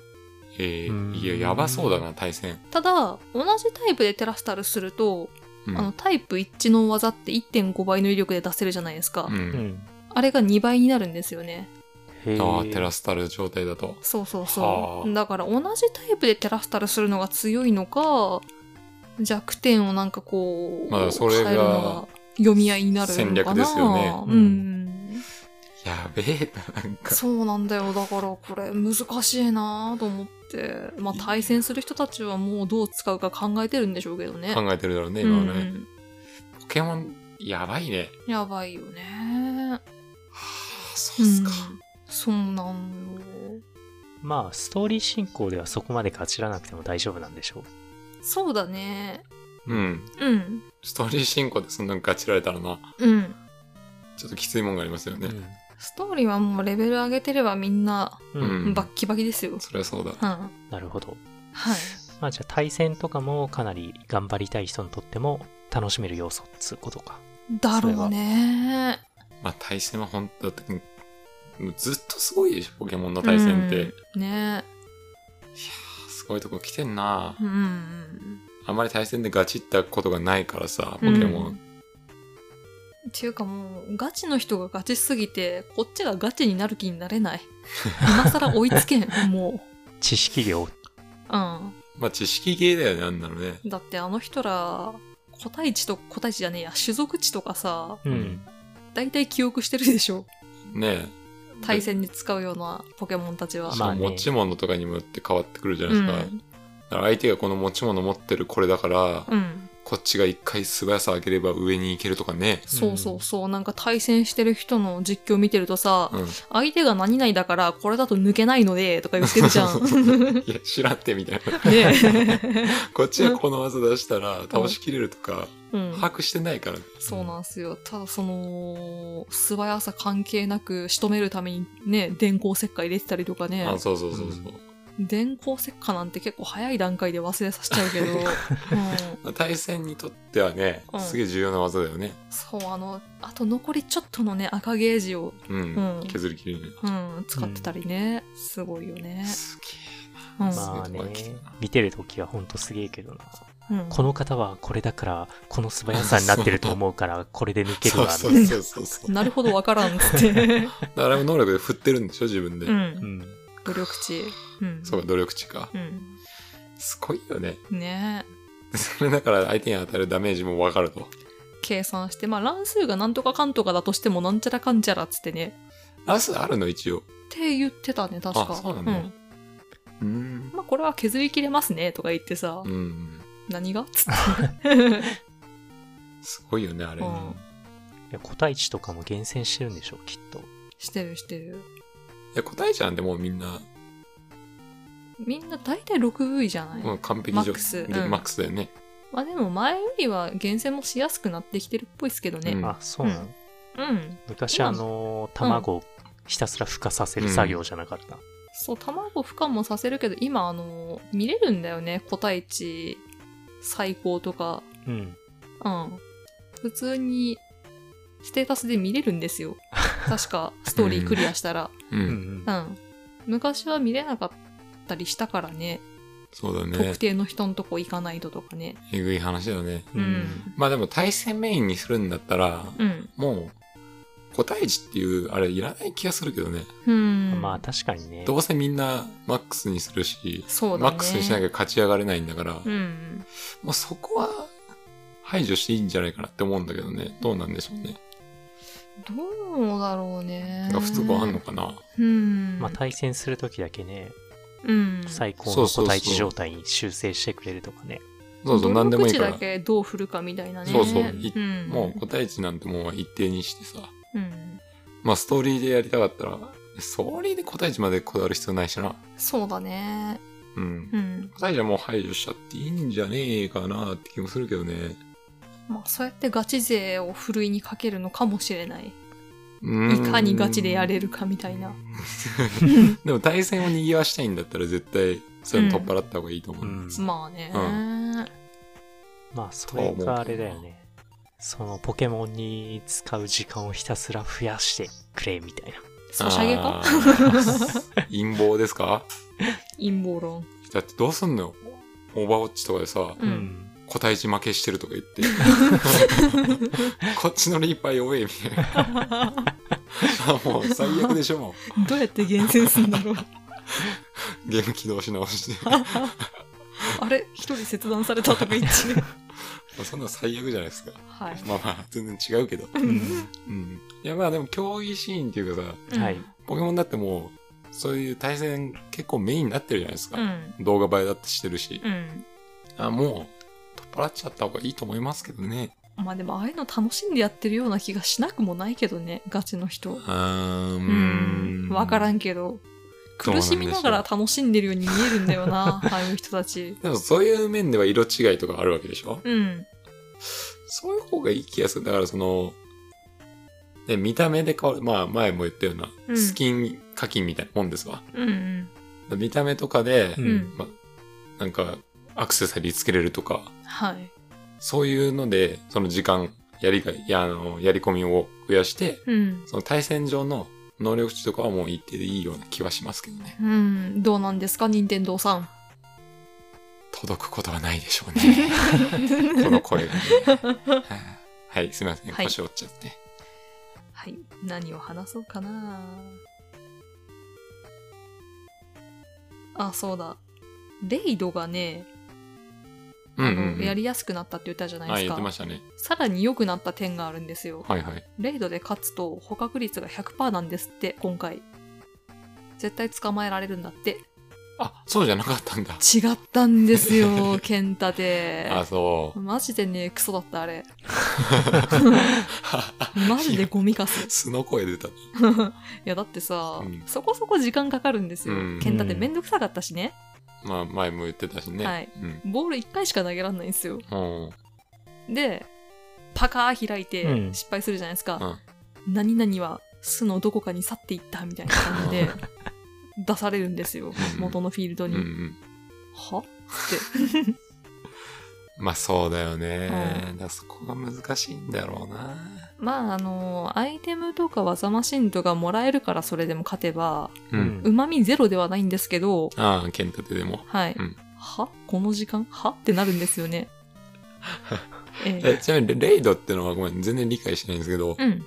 え
うん
ー、いや、やばそうだな、対戦。
ただ同じタイプでテラスタルすると、
うん
あのタイプ一致の技って1.5倍の威力で出せるじゃないですか、
うん
うん。
あれが2倍になるんですよね
へ
ああ、テラ
ス。
スタル状態だと。
そうそう
は
そ
あ
うだから同じタイプでテラスタルするのが強いのか弱点をなんかこう、
まあそれが
変えるのが読み合いになるのかな
戦略ですよね
うん、
う
やべえな、なん か。
そうなんだよだからこれ難しいなと思ってまあ対戦する人たちはもうどう使うか考えてるんでしょうけどね
考えてるだろうね、
う
今はね。
ん、
ポケモン、やばいね。
やばいよね
はあ、そうっすか。
うんそうなんよ
まあ、ストーリー進行ではそこまでかじらなくても大丈夫なんでしょう。
そうだね
うん。
うん
ストーリー進行でそんなんガチられたらな、
うん
ちょっときついもんがありますよね。
ストーリーはもうレベル上げてればみんな
うん。
う
うんん。
バッキバキですよ、うん
そりゃそうだ。
は
なるほど。
い
まあ、じゃあ対戦とかもかなり頑張りたい人にとっても楽しめる要素っつうことか。
だろうね
まあ、対戦は本当だって、もうずっとすごいでしょ、ポケモンの対戦って。いや
うんね
ーすごいとこ来てんな
うんうん
あんまり対戦でガチったことがないからさ、ポ
う
ケ
ん
モン。
っていうかもうガチの人がガチすぎてこっちがガチになる気になれない今更追いつけんも
知識
う
量。
うん
まあ、知識系だよね、あんなのね。
だってあの人ら個体値と個体値じゃねえや種族値とかさ
うん。
大体記憶してるでしょ
ね
対戦に使うようなポケモンたち
え。
は
し。
ま
か
あね
も持ち物とかにもよって変わってくるじゃな
う
いですか。だ
ん。
から相手がこの持ち物持ってるこれだから、
うん。
こっちが一回素早さ上げれば上に行けるとかね。
そうそうそう。なんか対戦してる人の実況見てるとさ、
うん。
相手が何々だからこれだと抜けないので、とか言ってる じゃん。ね
いや、知らんって みたいな。
え
こっちがこの技出したら倒しきれるとか、
うん。
把握してないから。
そうなんすよ。ただその、素早さ関係なく仕留めるためにね、電光石火入れてたりとかね
あ、、そうそうそうそう。
電光石火なんて結構早い段階で忘れさせちゃうけど、うん、
対戦にとってはね、
うん
すげえ重要な技だよね。
そう、あの、あと残りちょっとのね、赤ゲージを
うん。
うん
削り切るね。
うん、使ってたりね、すごいよね。
す
うん
まあね
そういうとこが来てるな、
見てるときはほんとすげえけどな。
うん
この方はこれだから、この素早さになってると思うから、これで抜
げえ。
ける
そう
わ。
そうそうそうそ う。
なるほどわからんっつって。
あれも能力で振ってるんでしょ、自分で。
うん。
みたいな
努力値。うん。
そうか、努力値か。
うん。
すごいよね。
ねえ
それだから相手に当たるダメージもわかると。
計算して、まあ乱数がなんとかかんとかだとしてもなんちゃらかんちゃらっつってね。
ラスあるの、一応。
って言ってたね、確か。
あそうなんだうん。
まあこれは削り切れますねとか言ってさ、
うん。
何がつって。
すごいよね、あれ。
うん
うん。いや、個体値とかも厳選してるんでしょう、きっと。
してるしてる。
いや、答えちゃうんでもうみんな、
みんな大体 6V じゃない、
もう完璧
マックス
で
うん
マックスだよね。
まあでも前よりは厳選もしやすくなってきてるっぽいですけどね。
うん
あ、そうなの、
うん。
昔
今
あの、卵をひたすら孵化させる作業じゃなかった。
そう、卵孵化もさせるけど、今、あの、見れるんだよね。個体値、最高とか。
うん。
うん。普通に、ステータスで見れるんです よ。確か、ストーリークリアしたら。
う。
うん。うんん
う。ん。昔は見れなかったりしたからね。
そうだね
特。定の人のとこ行かないととかね。
えぐい話だよね。
う
うんん。
まあでも対戦メインにするんだったら、
うん。
もう、個体値っていう、あれいらない気がするけどね。
うん。
まあ、確かにね。
どうせみんなマックスにするし、
そうだね。
マックスにしなき
ゃ。
ゃ勝ち上がれないんだから、
うん。
もうそこは排除していいんじゃないかなって思うんだけどね。どうなんでしょうね。
どうだろうね
なん。か普通こうあんのかな。
うん。
まあ、対戦するときだけね、
うん。
最高
そう
の
そうそ
個
う
体値状態に修正してくれるとかね。
そうそう、なんでもいいか
努力値
ら
だ。けどう振るかみたいなね。
そうそうい
ん、
もう個体値なんてもう一定にしてさ。
う。ん。
まあストーリーでやりたかったら、ストーリーで個体値までこだわる必要ないしな。
そうだね。
うん。
うん。
個体値はもう排除しちゃっていいんじゃねえかなって気もするけどね。
まあ、そうやってガチ勢をふるいにかけるのかもしれない。
う
い
ん
かにガチでやれるかみたいな。
でも対戦を賑わしたいんだったら絶対そういうの取っ払った方がいいと思う。
うん。
まあね。
う
まあ、それかあれだよね。そのポケモンに使う時間をひたすら増やしてくれみたいな。
ソシャゲか
あー陰謀ですか
陰謀論。
だってどうすんのよ。オーバーウォッチとかでさ、
うん
個体値負けしてるとか 言って、こっちのリーパー弱えみたいな。あもう最悪でしょ、も
どうやって厳選するんだろう。
う。ゲーム起動し直して。
あれ一人切断されたとか言って。
そんなの最悪じゃないですか。
はい。
まあまあ、全然違うけど。
うん
うん。いやまあでも競技シーンっていうかさ、
うん
はい。
ポケモンだってもう、そういう対戦結構メインになってるじゃないです
う
か。
ん。
動画映えだってしてるし。
うん。
あ、もう、取っ払っちゃった方がいいと思いますけどね。
まあでもああいうの楽しんでやってるような気がしなくもないけどね、ガチの人
う。ー。
うんわから
ん。
んけど。
どうな
苦
んでしょ
し
う
みながら楽しんでるように見えるんだよ な、ああいう人たち。
でもそういう面では色違いとかあるわけでしょ
うん。
そういう方がいい気がする。だからその、ね、見た目で変わる。まあ前も言ったような、
うん
スキン課金みたいなもんですわ。
うん
見た目とかで
う
うんん。うん。
なんかアクセサリーつけれるとか、
はい。
そういうので、その時間、やりがい、いや、あの、やり込みを増やして、
うん。
その対戦上の能力値とかはもう一定でいいような気はしますけどね。
うん。どうなんですか、任天堂さん。
届くことはないでしょうね。 この声がね。はい、すみません。
はい
腰折っちゃって。
はい。何を話そうかなあ、そうだ。レイドがね、
うん
あ
うん
の、
うん。
やりやすくなったって言ったじゃな
はい
で
い、言
す
ってま
か。
したね。
さらに良くなった点があるんですよ。
はいはい。
レイドで勝つと捕獲率が100%なんですって、今回。絶対捕まえられるんだって。
あ、そうじゃなかったんだ。
違ったんです よ、ケンタで。
あ、そう。
マジでね、クソだった、あれ。マジでゴミかす。
素の声出 た。
いや、だってさ、
うん
そこそこ時間かかるんですよ。
うん
ケンタってめんどくさかったしね。
まあ、前も言ってたしね。
はい
うん。
ボール1回しか投げられないんですよ。
うん。
で、パカー開いて
うん
失敗するじゃないですか。何々は巣のどこかに去っていったみたいな感じで出されるんですよ。
うん
元のフィールド
うん
に。
うん。
は
まあ、そうだよね。
う
だからそこが難しいんだろうな。
まあ、あのアイテムとか技マシンとかもらえるからそれでも勝てば、
う。
うん。
うんまみゼロではないんですけど、
ああ、剣立てでも。
はい。
うん
はこの時間はってなるんですよ ね。ええ
えちなみにレレイドってのはごめん全然理解してないんですけど、
うん。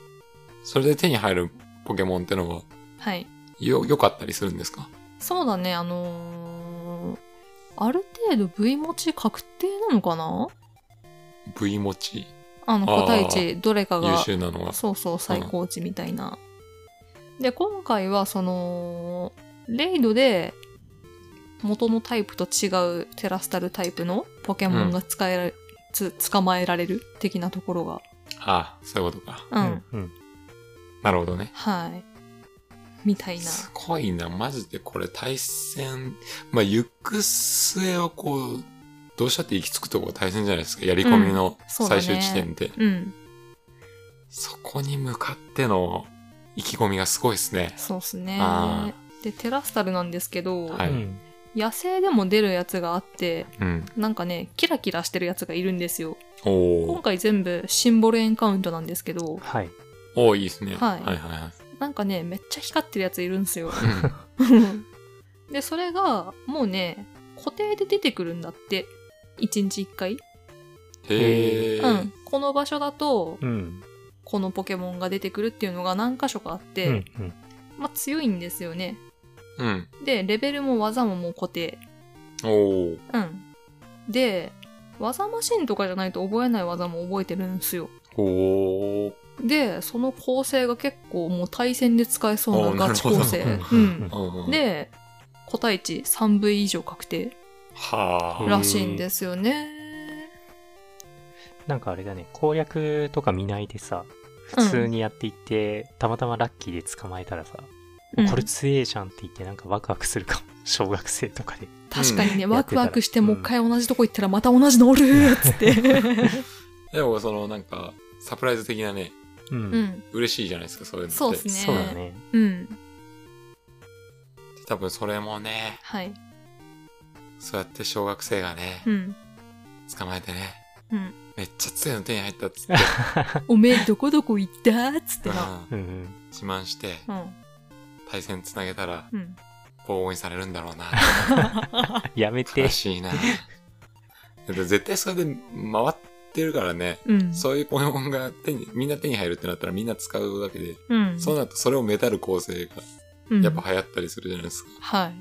それで手に入るポケモンってのは
はい。
よ良かったりするんですか
そうだね、あのーある程度 V 持ち確定なのかな
?V 持ち
あの、
あー
個体値、どれか
優
が、
秀なのは。
そうそう、最高値みたいな。で、今回は、その、レイドで、元のタイプと違うテラスタルタイプのポケモンが使えられ、つ捕まえられる的なところが。
ああ、そういうことか。
うん。
うん。
なるほどね。
はい。みたいな。
すごいな、マジでこれ対戦、まあ、行く末はこう、どうしたって行き着くとこが大変じゃないですか。やり込みの
そうだ
最
ね
終地点で。
うん。
そこに向かっての意気込みがすごいですね。
そうっすね
あ。
で、テラスタルなんですけど、
はい
うん
野生でも出るやつがあって、
うん。
なんかね、キラキラしてるやつがいるんですよ。
お
今
お
回全部シンボルエンカウントなんですけど、
はい。
おーいいですね。
はい
はいは
なんかね、めっちゃ光ってるやついるん ですよ。
い はい。
で、それが、もうね、固定で出てくるんだって。1日1回、
うん、へえ。
うん。この場所だと、
うん。
このポケモンが出てくるっていうのが何箇所かあっ
う
て、
ん。うん
まあ強いんですよね。
うん。
で、レベルも技ももう固定。
おお。
うん。で、技マシンとかじゃないと覚えない技も覚えてるんですよ。
おお。
で、その構成が結構もう対戦で使えそうなガチ
おー
構成。
なる
う
ほど
ん。
うん、
で、個体値 3V 以上確定
はあ。
らしいんですよね。
なんかあれだね、攻略とか見ないでさ、
うん
普通にやっていって、たまたまラッキーで捕まえたらさ、
うん
これ強えじゃんって言ってなんかワクワクするかも。 小学生とかで。
確かにね、
うん
ワクワクして
やっ
もう
て
一
た
回同じとこ行ったらまた同じのおるーっつって。
でも、その、なんか、サプライズ的なね、
う。
うんん。
嬉しいじゃないですか、そういうのって。
そうっすね
そうだね。
うん。
多分、それもね、
はい。
そうやって小学生がね
う、ん。
捕まえてね、
うん
めっちゃ強いの手に入ったっつって、
おめえどこどこ行ったっつってな。
うん
うんうん。
自慢して、
うん。
対戦つなげたら、
うん。
防音にされるんだろうな。
やめ て
悲。しいな。だって絶対それで回ってるからね。
うん。
そういうポケモンが手に、みんな手に入るってなったらみんな使うわけで、
うん。
そうなるとそれをメタル構成が
うん
やっぱ流行ったりするじゃないですか。
はい。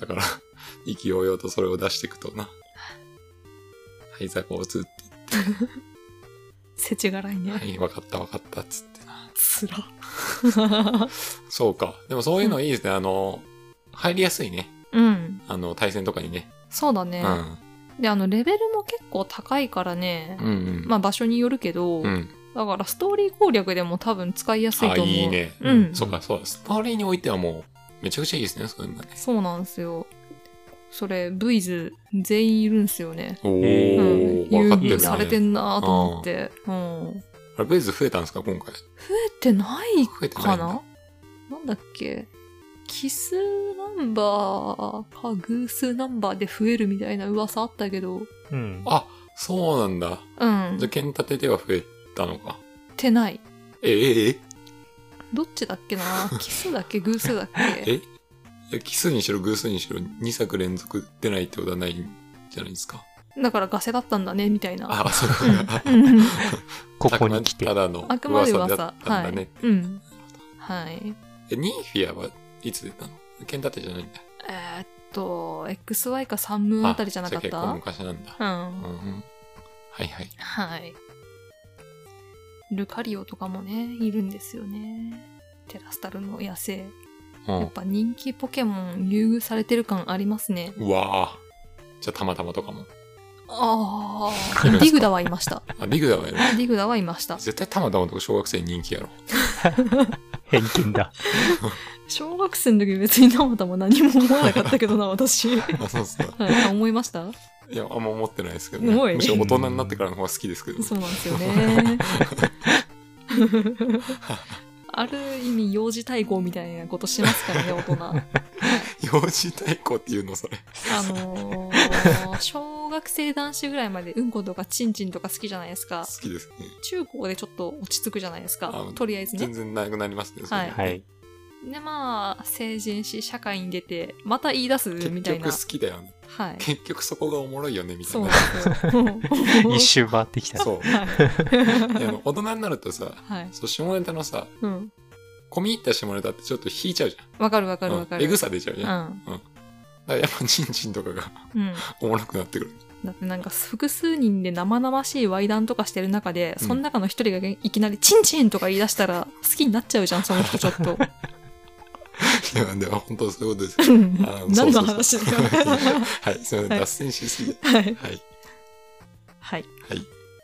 だから、 意気揚々とそれを出していくとな。はい、ザコーツって
せちがらいね。
言って、はい、わかったわかったっつってな。
つら。
そうか。でもそういうのいいですね。あの、入りやすいね。
うん。
あの、対戦とかにね。
そうだ
う
ね。
ん。
で、あの、レベルも結構高いからね。
うんうん。
まあ場所によるけど、
うん。
だからストーリー攻略でも多分使いやすい
あ、
と思う。
いいね。
うん。
そうか、そうだ。ストーリーにおいてはもう、めちゃくちゃいいですね、そういうのね。
そうなんですよ。それ、ブイズ全員いるんすよね。
お
ー
うん。
ー、分かって
優
る
遇
ね。
されてんなーと思って。うん。増
あれ、ブイズ増えたんですか、今回。
えてない
増えてな
か
いんだ
な。なんだっけ奇数ナンバーか偶数ナンバーで増えるみたいな噂あったけど、
うん。
あ、そうなんだ。
うん。
じゃあ、剣立てでは増えたのか。
てない。
え、え、え、
どっちだっけな奇数だっけ偶数だっけ
えいや奇数にしろ偶数にしろ2作連続出ないってことはないんじゃないですか。
だからガセだったんだね、みたいな。
あ、そうか。
うんうん
ここに来て
た。だの
あくまで
噂
噂。
だったんだね。
はい。うん。はい。
えニーフィアはいつ出たの剣立てじゃないんだ。
えーっと、XY かサンムーンあたりじゃなかっ
じゃあ
た
結構昔なんだ。
う
うん
ん。
はいはい。
はい。ルカリオとかもね、いるんですよね。テラスタルの野生。やっぱ人気ポケモン優遇されてる感ありますね。
うん。うわぁ。じゃあ、たまたまとかも。
ああ。ディグダはいました。
あ、リグダはやる。
ディグダはいま した。
絶対たまたまとか小学生人 気やろ。
偏見だ。
小学生の時別にたまたま何も思わなかったけどな、私。はい
あ、そうっすか。
あ、思いました
いや、あんま思ってないですけど、
すごい
ね、むしろ大人になってからの方が好きですけど。
そうなんですよね。ある意味幼児対抗みたいなことします からね、大人。
幼児対抗っていうの、それ。
あのー小学生男子ぐらいまでうんことかちんちんとか好きじゃないです
好
か。
きですね。
中高でちょっと落ち着くじゃないですか
あ。
とりあえず
全
ね。
然なくなりますね。それ
はい
はい。
で、まあ、成人し、社会に出て、また言い出すみ
結
たいな。
局好きだよね。
はい。
結局そこがおもろいよね、みた
そ
いうな。
なんです よ。
一周回ってきた。
そう。
はい。
いやあの大人になるとさ、
はい。
そう下ネタのさ、
うん。
込み入った下ネタってちょっと引いちゃうじゃん。
わかるわかるわかる。
うんえぐさ出ちゃうじゃん。だからやっぱチンチンとかが
うん。うん。
おもろくなってくる。
だってなんか複数人で生々しい猥談とかしてる中で、その中の一人がいきなりチンチンとか言い出したら好きになっちゃうじゃ ん、その人ちょっと。
いや、でも本当そういうことです。
うん
あの
何の
そ
話
う
だ
そう
よ。
そうはい、すみませ
は
ん、
い
脱線しすぎて。
はい。
はい。
はい。
はい。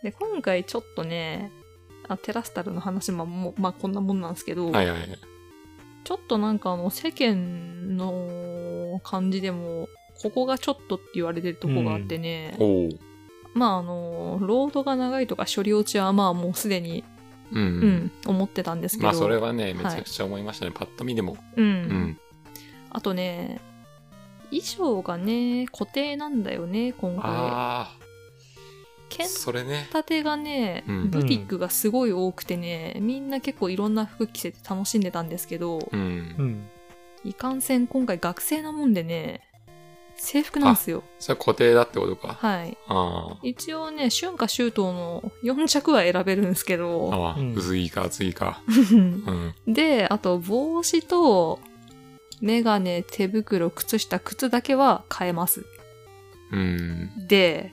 で、今回ちょっとね、あテラスタルの話も、もうまあこんなもんなんですけど、
はいはいはい。
ちょっとなんかあの世間の感じでも、ここがちょっとって言われてるとこがあってね、
おう。
まああの、ロードが長いとか処理落ちはまあもうすでに、う
う
ん、
ん。
思ってたんですけど、
まあ、それはね、
い
めちゃくちゃ思いましたね。パッと見でも。
う。
うんん。
あとね、衣装がね、固定なんだよね、今回。
ああ、
剣
それね。
立てがね、
うん
ブティックがすごい多くてね、みんな結構いろんな服着せて楽しんでたんですけど、
うん
う。ん。
いかんせん今回学生なもんでね、制服なんですよ。
それは固定だってことか。
はい。
あ
一応ね、春夏秋冬の4着は選べるんですけ
あ。
ど、
ああ、
うん
薄いか厚いか。うん。
で、あと帽子と、メガネ、手袋、靴下、靴だけは買えます。
うん。
で、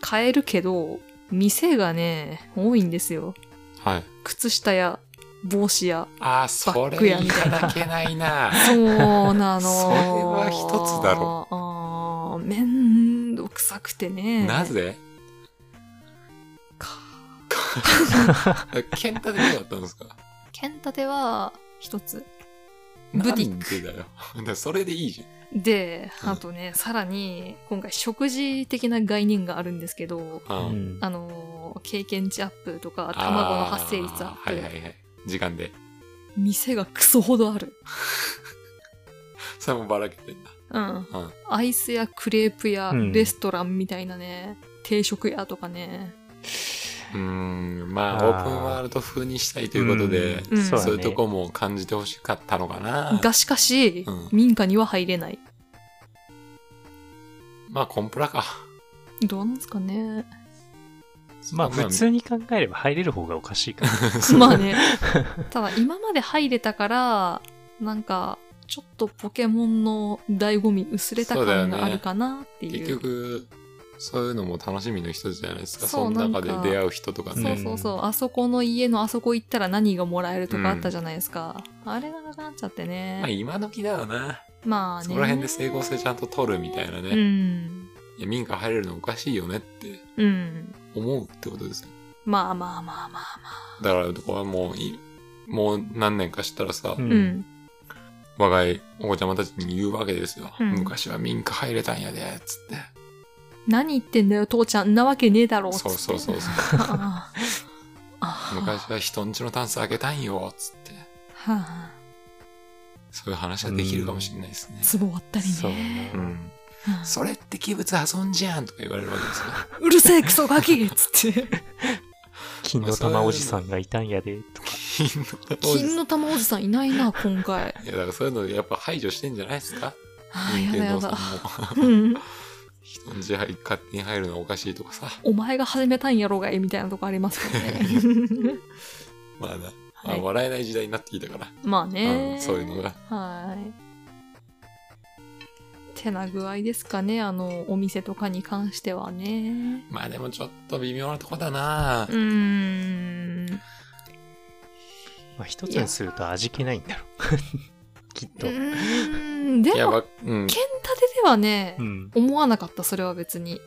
買えるけど、店がね、多いんですよ。
はい。
靴下や帽子や。
ああ、そ
バック
れ
や
い
みた
た
いな
だけないな。
そうなの。
それは一つだろ
う。あーめんどくさくてね。
なぜ
か
ケンタでどうだったんですか
剣立ては一つ。ブティッ
クだよ。 だからそれでいいじ
で、
うん
あとね、さらに、今回食事的な概念があるんですけど、
ゃん。
う
うん
ん。
あのー、経験値アップとか、卵の発生率ア
あ
ッ
ー
プ、
はいはいはい。時間で。
店がクソほどある。
それもばらけてんだ。
うん。
うん。
アイスやクレープや
うん
レストランみたいなね、定食屋とかね、
うーん、まあ、
あー
オープンワールド風にしたいということで、
うん
そうだね
そういうとこも感じてほしかったのかな。
がしかし、
うん
民家には入れない。
まあ、コンプラか。
どうなんですか ね。
まあ普通に考えれば入れる方がおかしいから。
まあね。ただ今まで入れたから、なんか、ちょっとポケモンの醍醐味薄れた
そうだよ
感
ね
があるかなっていう。
結局、そういうのも楽しみの一つじゃないですか。
そう
その中で
なんか
出会う人とか
そう
ね。
そうそう、あそこの家のあそこ行ったら何がもらえるとかあったじゃないですか。あれがなくなっちゃって
まあ、
ね。
今時だよな。
まあね。
そこら辺で整合性ちゃんと取るみたいなね。
う
い
ん。
や、民家入れるのおかしいよねって
うん。
思うってことですよ。
まあまあまあまあまあ。
だから、これはもうい、もう何年かしたらさ、
うん
うん。
若いお子ちゃまたちに言うわけですよ。
うん
昔は民家入れたんやで、つって。
何言ってんだよ、父ちゃん。んなわけねえだろつって。
そうそう そうそう。
ああ。
昔は人んちのタンス開けたんよ、つって。
はあ、
そういう話はできるかもしれないですね。
壺割ったりね。
そうね
う。ん。それって器物破損じゃんとか言われるわけですよ。
うるせえ、クソガキつって。
金の玉おじさんがいたんやで、とか。
金の王子
金の玉おじさんいないな、今回。
いや、だからそういうのやっぱ排除してんじゃないですか
ああ、やだや
さん
だ
も。。
うん。
人んち入勝手に入るのはおかしいとかさ。
お前が始めたんやろがい、みたいなとこありますよね。
まあな。ま
は
あ、
い、
笑えない時代になってきたから。
まあね、
うんそういうのが。
はい。てな具合ですかね、あの、お店とかに関してはね。
まあでもちょっと微妙なとこだな
うーん。
まあ一つにすると味気ないんだろう。 きっ
う
と。
ーん。で
いや、
も、
わう
剣
ん。
立てではね、
うん。
思わなかった、それは別に。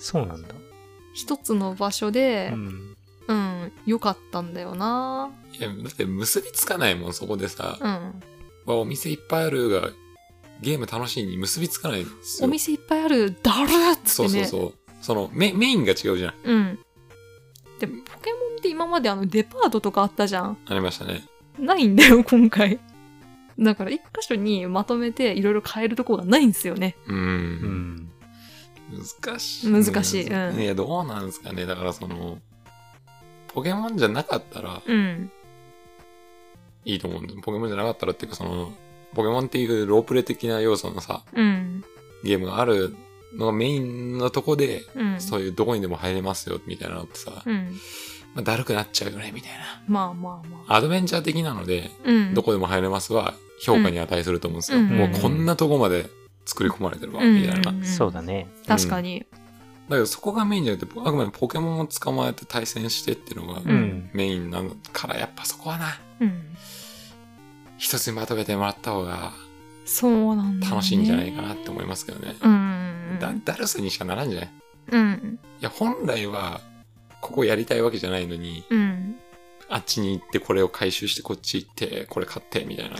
そうなんだ。
一つの場所
う
で、
ん。
うん、良、かったんだよな。
いや、だって結びつかないもん、そこでさ。
うん。
わお店いっぱいあるが、ゲーム楽しいに結びつかないんです
お
よ。
店いっぱいある、だるーっつ
そ
っ
う
て
そう
ね。
そう。そのメ、メインが違うじゃん。
うん。で、ポケモンって今まであの、デパートとかあったじゃん。
ありましたね。
ないんだよ、今回。だから、一箇所にまとめていろいろ買えるとこがないんですよね。
う。
うんん。
難しい。
難しいうん
いや、どうなんですかね。だからその、ポケモンじゃなかったら
うん。
いいと思うんだよポケモンじゃなかったらっていうか、その、ポケモンっていうロープレ的な要素のさ、
うん。
ゲームがあるのがメインのとこで、
うん。
そういうどこにでも入れますよ、みたいなのってさ、
うん。
まあだるくなっちゃうよね、みたいな。
まあまあまあ。
アドベンチャー的なので、
うん。
どこでも入れますは評価に値すると思うんですよ。
うん
もうこんなとこまで作り込まれてるわ、
うん
みたいな。だ
ん
そうだね。
確かに。
けどそこがメインじゃなくて、あくまでポケモンを捕まえて対戦してっていうのが
うん
うん。
メインなのから、やっぱそこはな、
うん。
一つにまとめてもらった方が
そうなんだ、ね。
楽しいんじゃないかなって思いますけどね。
うん。
だ、だるさにしかならんじゃない
うん。
いや、本来は、ここやりたいわけじゃないのに、
うん。うん。
あっちに行ってこれを回収して、こっち行って、これ買って、みたいな。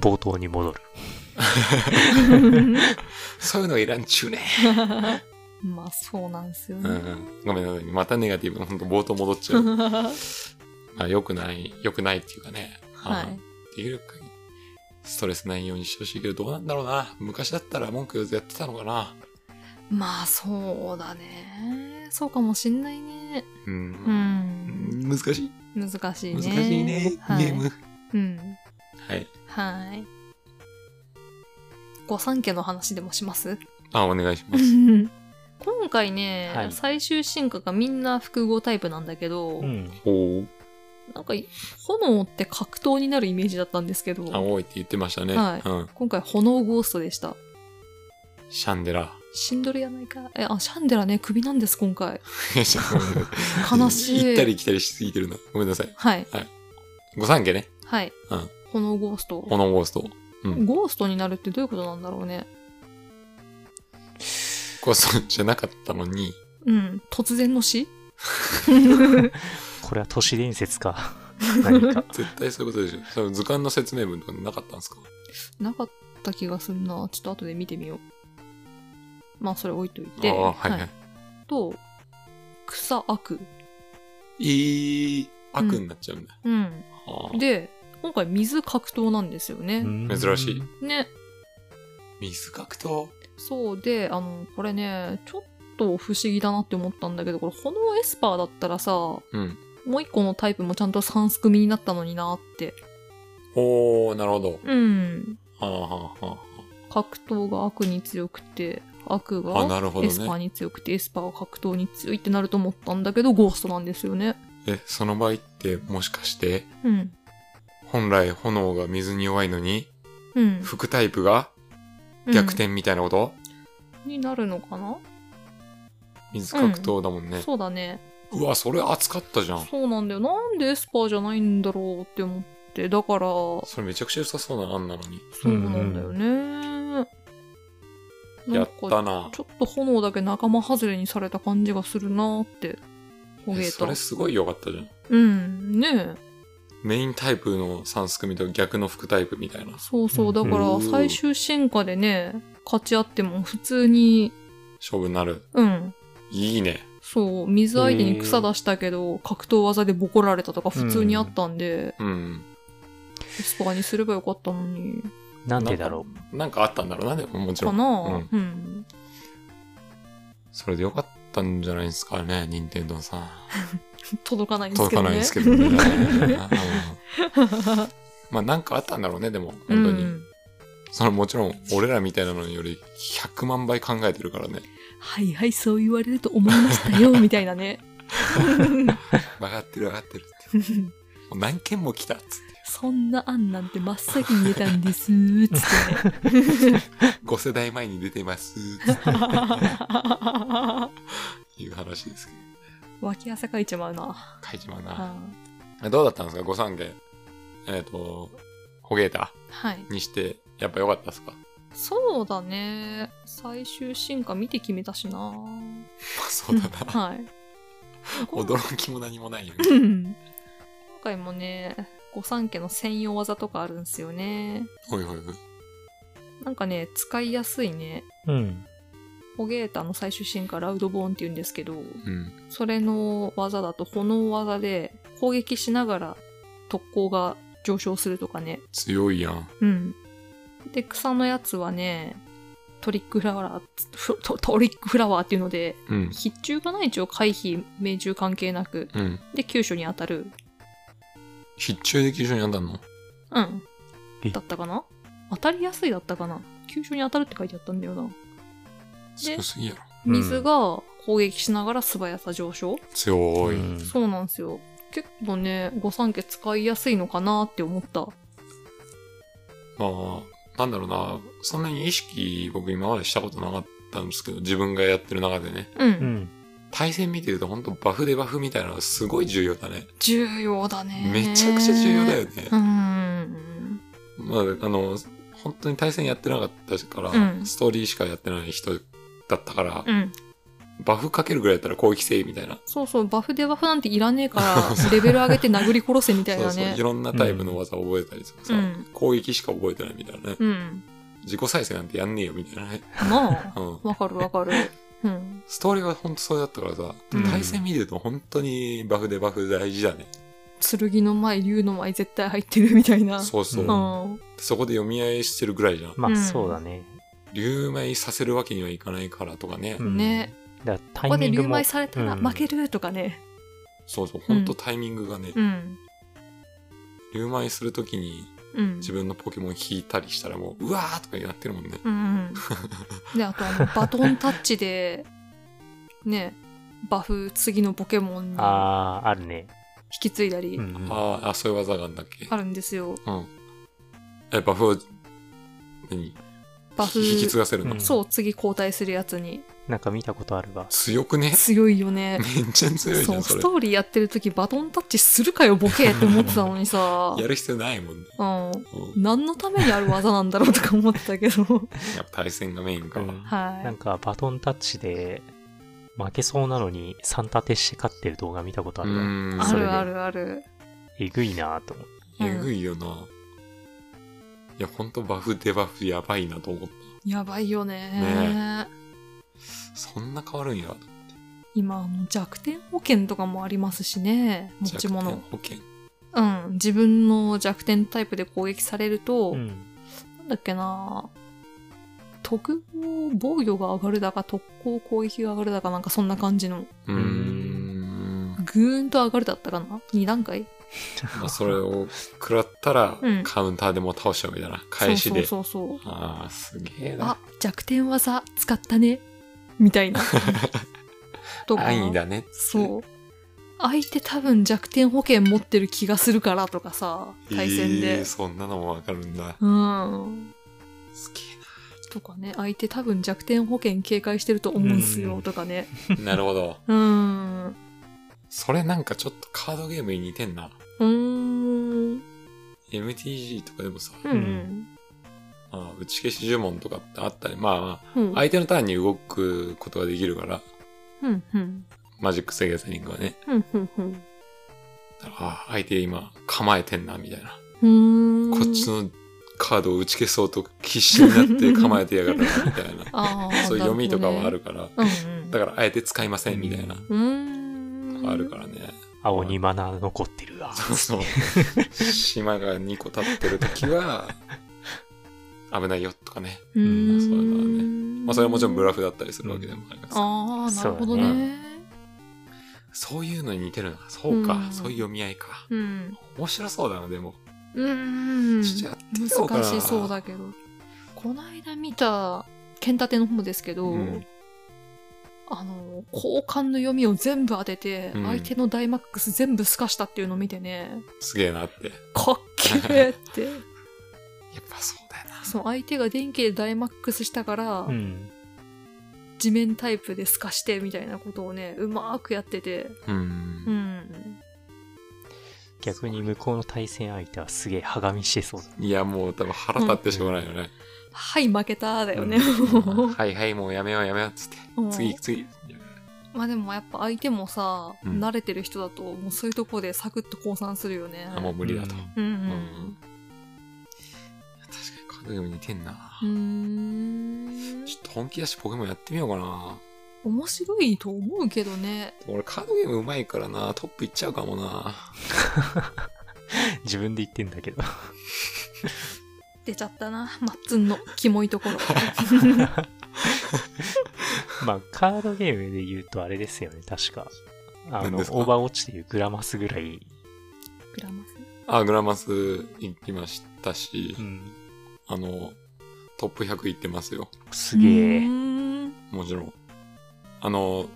冒頭に戻る。
そういうのいらんちゅうね。
まあ、そうなんですよ
う
ね。
ん。ごめんなさい。またネガティブ。ほんと冒頭戻っちゃう。まあ、良くない、良くないっていうかね。
は
うんできる限り、ストレスないようにしてほしいけど、どうなんだろうな。昔だったら文句やってたのかな。
い。まあ、そうだね。そうかもしんないね。
う。
うんん。
難しい。
難しいね。
難しいね。
はい、
ゲーム。
うん。
はい。
はい。御三家の話でもします
あ、お願いします。
今回ね、
はい
最終進化がみんな複合タイプなんだけど、
うん。
おう。
なんか炎って格闘になるイメージだったんですけ
あ、
ど、
多いって言ってましたね。
はい
うん。
今回炎ゴーストでした。
シャンデラ。
シンドルやないか。え、あ、シャンデラね、首なんです、今 回。悲
悲
しい
行ったり来たりしすぎてるな。ごめんなさい。
はい。
ご三家ね。
はい。
うん
炎ゴースト。
炎ゴースト。うん。
ゴーストになるってどういうことなんだろうね。
ゴーストじゃなかったのに、
うん。突然の死
これは都市伝説 か。何か。
絶対そういうことでしょ。その図鑑の説明文とかなかったんですか
なかった気がすんな。ちょっと後で見てみよう。まあ、それ置いとい
あ
て。
あ、はいはい。
と、草悪。
いい悪になっちゃうんだ。
うん。
あ
で、今回水格闘なんですよね。
珍しい
ね。
あ水格闘
そうで、あの、これね、ちょっと不思議だなって思ったんだけど、これ、炎エスパーだったらさ、も
うん。
う一個のタイプもちゃんと3すくみになったのになって。
おー、なるほど。
うん。
はあ、はあは
格闘が悪に強くて、悪
あ、あ、
が
なるほ
エスパ
ど
ー
ね。
に強くて、エスパーが格闘に強いってなると思ったんだけど、ゴーストなんですよね。
え、その場合ってもしかして、
うん。
本来炎が水に弱いのに、
うん。
服タイプが逆転みたいなこと、
うんになるのかな、
水格闘だもんね。
そうだね。
うわ、それ熱かったじゃん。
そうなんだよ。なんでエスパーじゃないんだろうって思って。だから、そ
それめちゃくちゃ良さそうな案なのに。
うなんだよね。な
や
ん
っ
か
たな
ち。ょっと炎だけ仲間外れにされた感じがするなって。ほ
え
げ
そ
た
れ。すごい良かったじゃん。
うん。ねえ。
メインタイプの3すくみと逆の服タイプみたいな。
そうそう。だか
う
ら、
ん
最終進化でね、勝ち合っても普通に、
勝負になる。
うん。
いいね。
そう、水相手に草出したけど、格闘技でボコられたとか普通にあったんで、
うん。
エスパーにすればよかったのに、
なんでだろ
なんかあったんだろうな、でももちろ
か
ん。
な
うん
うん。
それで良かったんじゃないですかね、任天堂さん。
届かないんです
届
けどね。
かないですけどね。うん まあなんかあったんだろうね、でも、本当に。
うん。
そのもちろん、俺らみたいなのより100万倍考えてるからね。
はいはい、そう言われると思いましたよ、みたいなね。
分かってる分かってるって。もう何件も来たっつって。
そんな案なんて真っ先に出たんです、つってね。
5世代前に出てますっていう話ですけど。
脇汗かいちまうな。
書いちまうな。
は
どうだったんですかご三家。えっ、と、ホゲータ
い。
にして、やっぱ良かった ですかま
そうだね。最終進化見て決めたしな。
あそうだ な。
はい。
驚きも何もないよ
う
ね。
ん今回もね、御三家の専用技とかあるんですよね。
ほいほいほい。
なんかね、使いやすいね。
う。うん。
ホゲータの最終進化ラウドボーンって言うんですけど、
うん。
それの技だと炎技で攻撃しながら特攻が上昇するとかね。
強いやん。
うん。で、草のやつはね、トリックフラワーつフト、トリックフラワーっていうので、
うん。
必中がない一応回避、命中関係なく、
うん。
で、急所に当たる。
必中で急所に当たんの
うん
え。
だったかな当たりやすいだったかな急所に当たるって書いてあったんだよな。
強すぎやろ。
うん
水が攻撃しながら素早さ上昇、
強い。
うん
そうなんですよ。結構ね、御三家使いやすいのかなって思った。
まあ、なんだろうな。そんなに意識、僕今までしたことなかったんですけど、自分がやってる中でね。
うん。
うん。
対戦見てると本当バフでバフみたいなのがすごい重要だね。
重要だね。
めちゃくちゃ重要だよ。ね
う。ん。
まあ、あの、本当に対戦やってなかったから、
うん
ストーリーしかやってない人だったから
う、ん。
バフかけるぐらいだったら攻撃せいみたいな。
そうそう、バフデバフなんていらねえ から、レベル上げて殴り殺せみたい
そう
な
そう。
ね
い。ろんなタイプの技を覚えたりとかさ、
うん。
攻撃しか覚えてないみたいなね。
うん。
自己再生なんてやんねえよみたいなね。
まあ、
うん。
わかるわかる。うん。
ストーリーは本当そうだったからさ、
うん
対戦見てると本当にバフでバフ大事だね。
剣の前、竜の前絶対入ってるみたいな。
そうそう。
うん
うん。
そこで読み合いしてるぐらいじゃん。
ま
う
あ
ん
そうだね。
竜舞させるわけにはいかないからとかね。
うん
ね。
だ
こ
から
こ
タイ
で
ミン
竜
グも
舞。されたら
うん
負けるとかね。
そうそう。本当タイミングがね、
うん。
竜舞するときに
うん。
自分のポケモン引いたりしたらもう、うわーとかやってるもんね。
うんうん。で、あとあ の、バトンタッチで、ね、バフ次のポケモンに引
ああ、あるね。
き継いだり
うんうん
あーあ、そういう技があるんだっけ
あるんですよ。
うん。え、バフを、何
バフ、
引き継がせるの、
うん
そう、次交代するやつに。
なんか見たことあるわ。
強くね
強いよね
め。っちゃ強いじ
そ
ゃん、
う、
そ
ス
れ。
トーリーやってる時バトンタッチするかよ、ボケって思ってたのにさ。
やる必要ないもんね。
うん。
うん
何のためにある技なんだろうとか思ってたけど。
やっぱ対戦がメインか。
うんな
は
んかバトンタッチで負けそうなのに3立てして勝ってる動画見たことあるわ。
い。
ん
あ
それで
るあるある。
えぐいなぁと思っ
う
て。
ん
えぐいよな。いや、ほんとバフデバフやばいなと思っ
やばいよね
ねた。そんな変わるんや。
今あの弱点保険とかもありますしね持ち物
弱点保険。
うん自分の弱点タイプで攻撃されると、
うん。
なんだっけな特攻防御が上がるだか特攻攻撃が上がるだかなんかそんな感じの
うーん。
ぐーんと上がるだったかな2段階
まあ、それを食らったら
うん、
カウンターでも倒しちゃうみたいな。返しで。
そうそうそうそう
ああ、すげえな
あ。弱点技使ったねみたい なとか
安易だね。
そう相手多分弱点保険持ってる気がするからとかさ対戦
え
で
ー、そんなのもわかるんだ。
うん
す
とかね相手多分弱点保険警戒してると思うんす
う
よ
ん
とかね
げえな。なるほど。
うーんう
それなんかちょっとカードゲームに似てんな。
ーん
MTG とかでもさ、
うんうん
まあ、打ち消し呪文とかってあったり、まあまあ、
うん
相手のターンに動くことができるから、
うんうん
マジックセガザリングはね。
うんうんうん
だからああ、相手今構えてんな、みたいな。
うーん
こっちのカードを打ち消そうと必死になって構えてやがるな、みた いな。
あー
そういう読みとかはある
な
から、
ほどねうんうん
だからあえて使いません、みたいな。
うーん
あるからね。
青にマナー残ってるわ。
そう そう。島が2個立ってるときは、危ないよとかね。
うーん
そういうのはまあそれはもちろんブラフだったりするわけでもありますけど。
ああなるほど
そうだ
ね
そういうのに似てるな。そうか。
うん
そういう読み合いか。
うん
面白そうだな、でも。
うーん
ちょっとやってみようかな
難しそうだけどこないだ見た剣立ての方ですけど、
うん
あの交換の読みを全部当てて、
うん
相手のダイマックス全部透かしたっていうのを見てね
すげえなって。や
かっけえって
っぱそうだよ な。
そう相手が電気でダイマックスしたから、
うん。
地面タイプで透かしてみたいなことをねうまーくやっててう
う。
んん
逆に向こうの対戦相手はすげえはがみしてそうだ。
いや、もう多分腹立ってしょうがないよね。
はい負けただよね、もう
はいはい、もうやめようやめようっつって
うん。
次、次。
まあでもやっぱ相手もさ、
うん
慣れてる人だともうそういうとこでサクッと降参するよね
あ、もう無理だと。
うん
うん。確かにカードゲーム似てんな
う。んうーん
ちょっと本気出してポケモンやってみようかな。
面白いと思うけどね
俺カードゲームうまいからな、トップいっちゃうかもな。
自分で言ってんだけど。
出ちゃったなマッツンのキモいとこ ろ
まあ、カードゲームで言うとあれですよね、確か。あ
何
の、
ですか
オーバーウォッチでいうグラマスぐらい。
グラマス
あ、グラマス行きましたし
う、ん。
あの、トップ100行ってますよ。
すげ
う
え。。
ーん
もちろん。あの、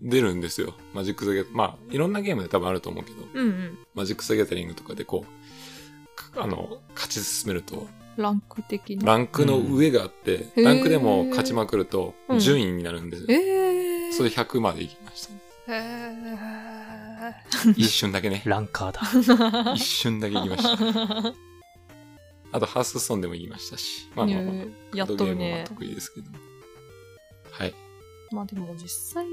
出るんですよ。マジック・ザ・ギャまあ、いろんなゲームで多分あると思うけど、
うんうん
マジック・ザ・ギャザリングとかでこう、かあの、勝ち進めると、
ランク的な
ランクの上があって、
うん
ランクでも勝ちまくると
へ、ー
順位になるんですよ。
えー、
それ100まで行きました。
えー、
一瞬だ けね
ランカーだ。
一瞬だけ行きました。あと、ハースストーンでも行きましたし。まあまあまあ、
ねやっ
カー
と
ドゲ
る
ーム
ね
は得意ですけど。はい。
まあでも実際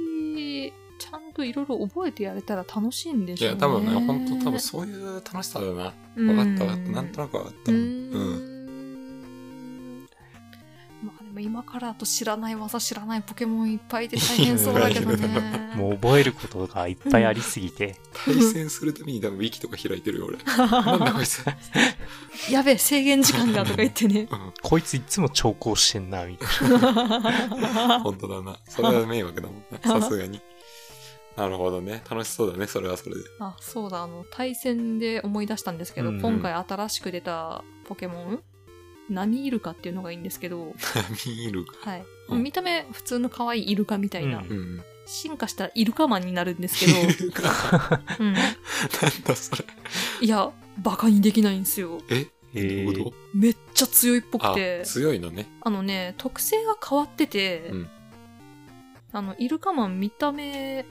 ちゃんといろいろ覚えてやれたら楽しいんで
い
しょう
や、
ね
多分ね、本当多分そういう楽しさだよな。
うん
分かった分かった。なんとなく分かった。
う
うん。
んまあでも今からだと知らない技知らないポケモンいっぱいで大変そうだけど
い
ね。
もう覚えることがいっぱいありすぎて。
対戦するために多分ウィキとか開いてる よ、俺。なんだこいつ。
やべえ制限時間だとか言って ね。
うん
こいついつも調校してんな、みたいな。
本当だな。それは迷惑だもんな。さすがに。なるほどね。楽しそうだね、それはそれで。
あそうだあの対戦で思い出したんですけど、
うんうん
今回新しく出たポケモン波イルカっていうのがいいんですけど、
ミールか。
はい、
うん
見た目普通の可愛いイルカみたいな、
うん
うん。
進化したらイルカマンになるんですけど
ミ、ールか。
うん、
なんだそれ。
いやバカにできないんですよ
え
え
どういうこ
ー
と
めっちゃ強いっぽく
あ
て、
強いのね。
あのね、特性が変わってて、
うん
あの、イルカマン見た目、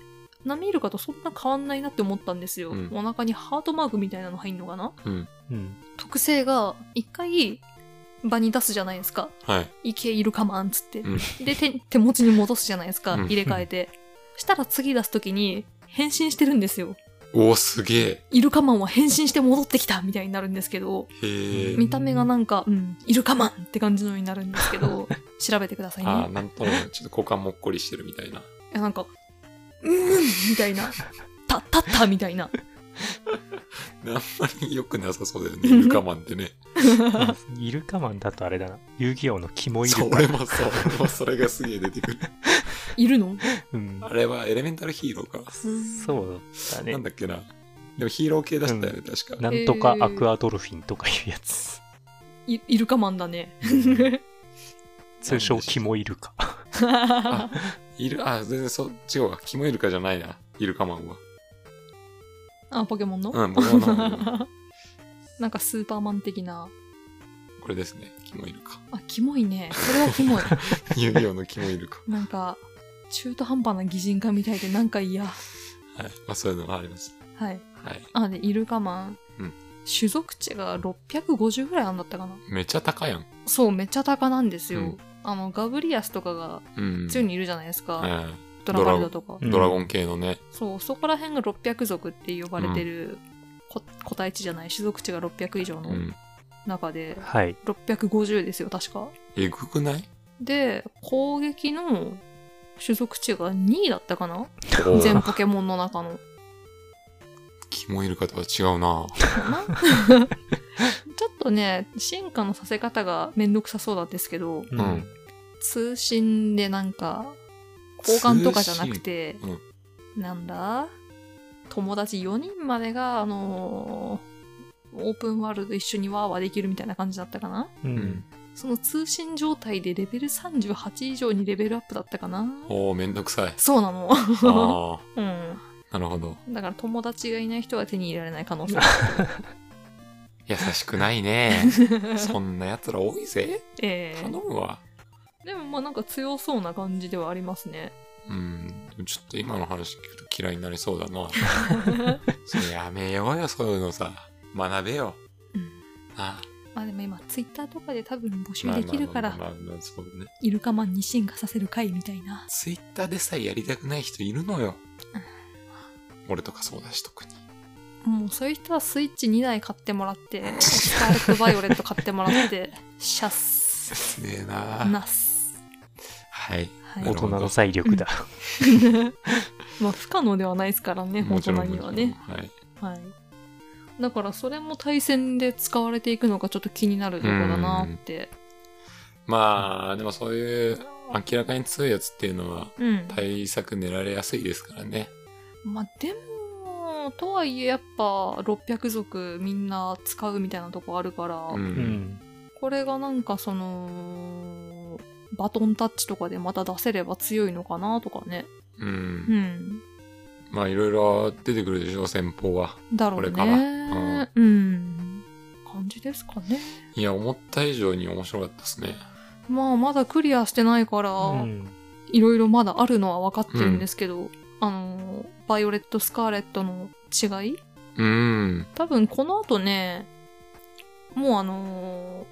波イルカとそんな変わんないなって思ったんですよ。
うん
お腹にハートマークみたいなの入んのかな
うん。
うん。
特性が、一回、場に出すじゃないですか。
はい。
いけ、イルカマンっつって。
うん
で手、手持ちに戻すじゃないですか。
うん
入れ替えて。したら次出すときに、変身してるんですよ。
おお、すげえ。
イルカマンは変身して戻ってきたみたいになるんですけど、
へえ
うん。
見た目がなんか、うん、イルカマンって感じのになるんですけ ど、調べてくださいね。
ああ、なんとなく、ちょっと股間もっこりしてるみたいな。
いやなんか、うーんみたいな、たったったみたいな、
あんまり良くなさそうだよね。イルカマンって ね。
イルカマンだとあれだな。遊戯王のキモイル
そう、
カ。
俺もそう。俺もそれがすげえ出てくる。
いるの
うん
あ。れはエレメンタルヒーローか。
そうだね
なん。だっけな。でもヒーロー系出したよね、確か。
なんとかアクアドルフィンとかいうやつ。
いイルカマンだね。
通称キモイルカ。
あ、いる、あ、全然そう、違うわ。キモイルカじゃないな。イルカマンは。
あ、ポケモンの、
うん、僕もなんか
なんかスーパーマン的な。
これですね。キモイルカ。
あ、キモいね。それはキ モい。
遊戯王のキモイルカ。
なんか、中途半端な擬人化みたいでなんか嫌。
はい。まあそういうのがあります。
はい。
はい。
あ、で、イルカマン。
うん
種族値が650ぐらいあんだったかな。
めっちゃ高いやん。
そう、めっちゃ高なんですよ。
うん
あの、ガブリアスとかが
うん。
宙にいるじゃないですか。
うん
ドラバルドとか。
うん
ドラゴン系のね。
そう、そこら辺が600族って呼ばれてる、こ個体値じゃない、種族値が600以上
う
の
ん。
中で、
はい。
650ですよ、確か。
えぐくない
で、攻撃の種族値が2位だったかな
お
全ポケモンの中の。
キモイルカとは違うな。
なちょっとね、進化のさせ方がめんどくさそうなんですけど、
う
うんん。
通信でなんか、交換とかじゃなくて
通、信
なんだ友達4人までが、あのーオープンワールド一緒にワーワーできるみたいな感じだったかな
う
うんん。
その通信状態でレベル38以上にレベルアップだったかな。
おー、めんどくさい
そうなの。
あ
うん。
あ、なるほど。
だから友達がいない人は手に入れられない可能 性。
優しくない ね。そんな奴ら多いぜ。
ええ
頼むわ。
でもまあなんか強そうな感じではありますね。
うん。でもちょっと今の話聞くと嫌いになりそう だな。それやめようよ、そういうのさ。学べよ。あ
まあでも今ツイッターとかで多分募
あ
集できるから、
まあまあまあまあそうね。
イルカマンに進化させる会みたいな。
ツイッターでさえやりたくない人いるのよ。俺とかそうだし、特に。
もうそういう人はスイッチ2台買ってもらって、 スカーレット・バイオレット買ってもらって、シャッス、
切ねえな
ナス。
はい。
はい
なる
大人
ほど
の財力だ。
まあ不可能ではないですからね、大
もち
人
ろん
にはね。。
はい。
はい。だからそれも対戦で使われていくのがちょっと気になるところだなって。
まあ、でもそういう明らかに強いやつっていうのは
うん。
対策練られやすいですからね。
まあでも、とはいえやっぱ600族みんな使うみたいなとこあるから、
う。
うんん。
これがなんかその、バトンタッチとかでまた出せれば強いのかなとかね。
う。
うんん。
まあ、いろいろ出てくるでしょ、戦法は。
だろうね。
これからうん
うん。感じですかね。
いや、思った以上に面白かったですね。
まあまだクリアしてないから、
うん
いろいろまだあるのは分かってるんですけど、あの、バイオレット・スカーレットの違い
うん。
多分この後ね、もうあの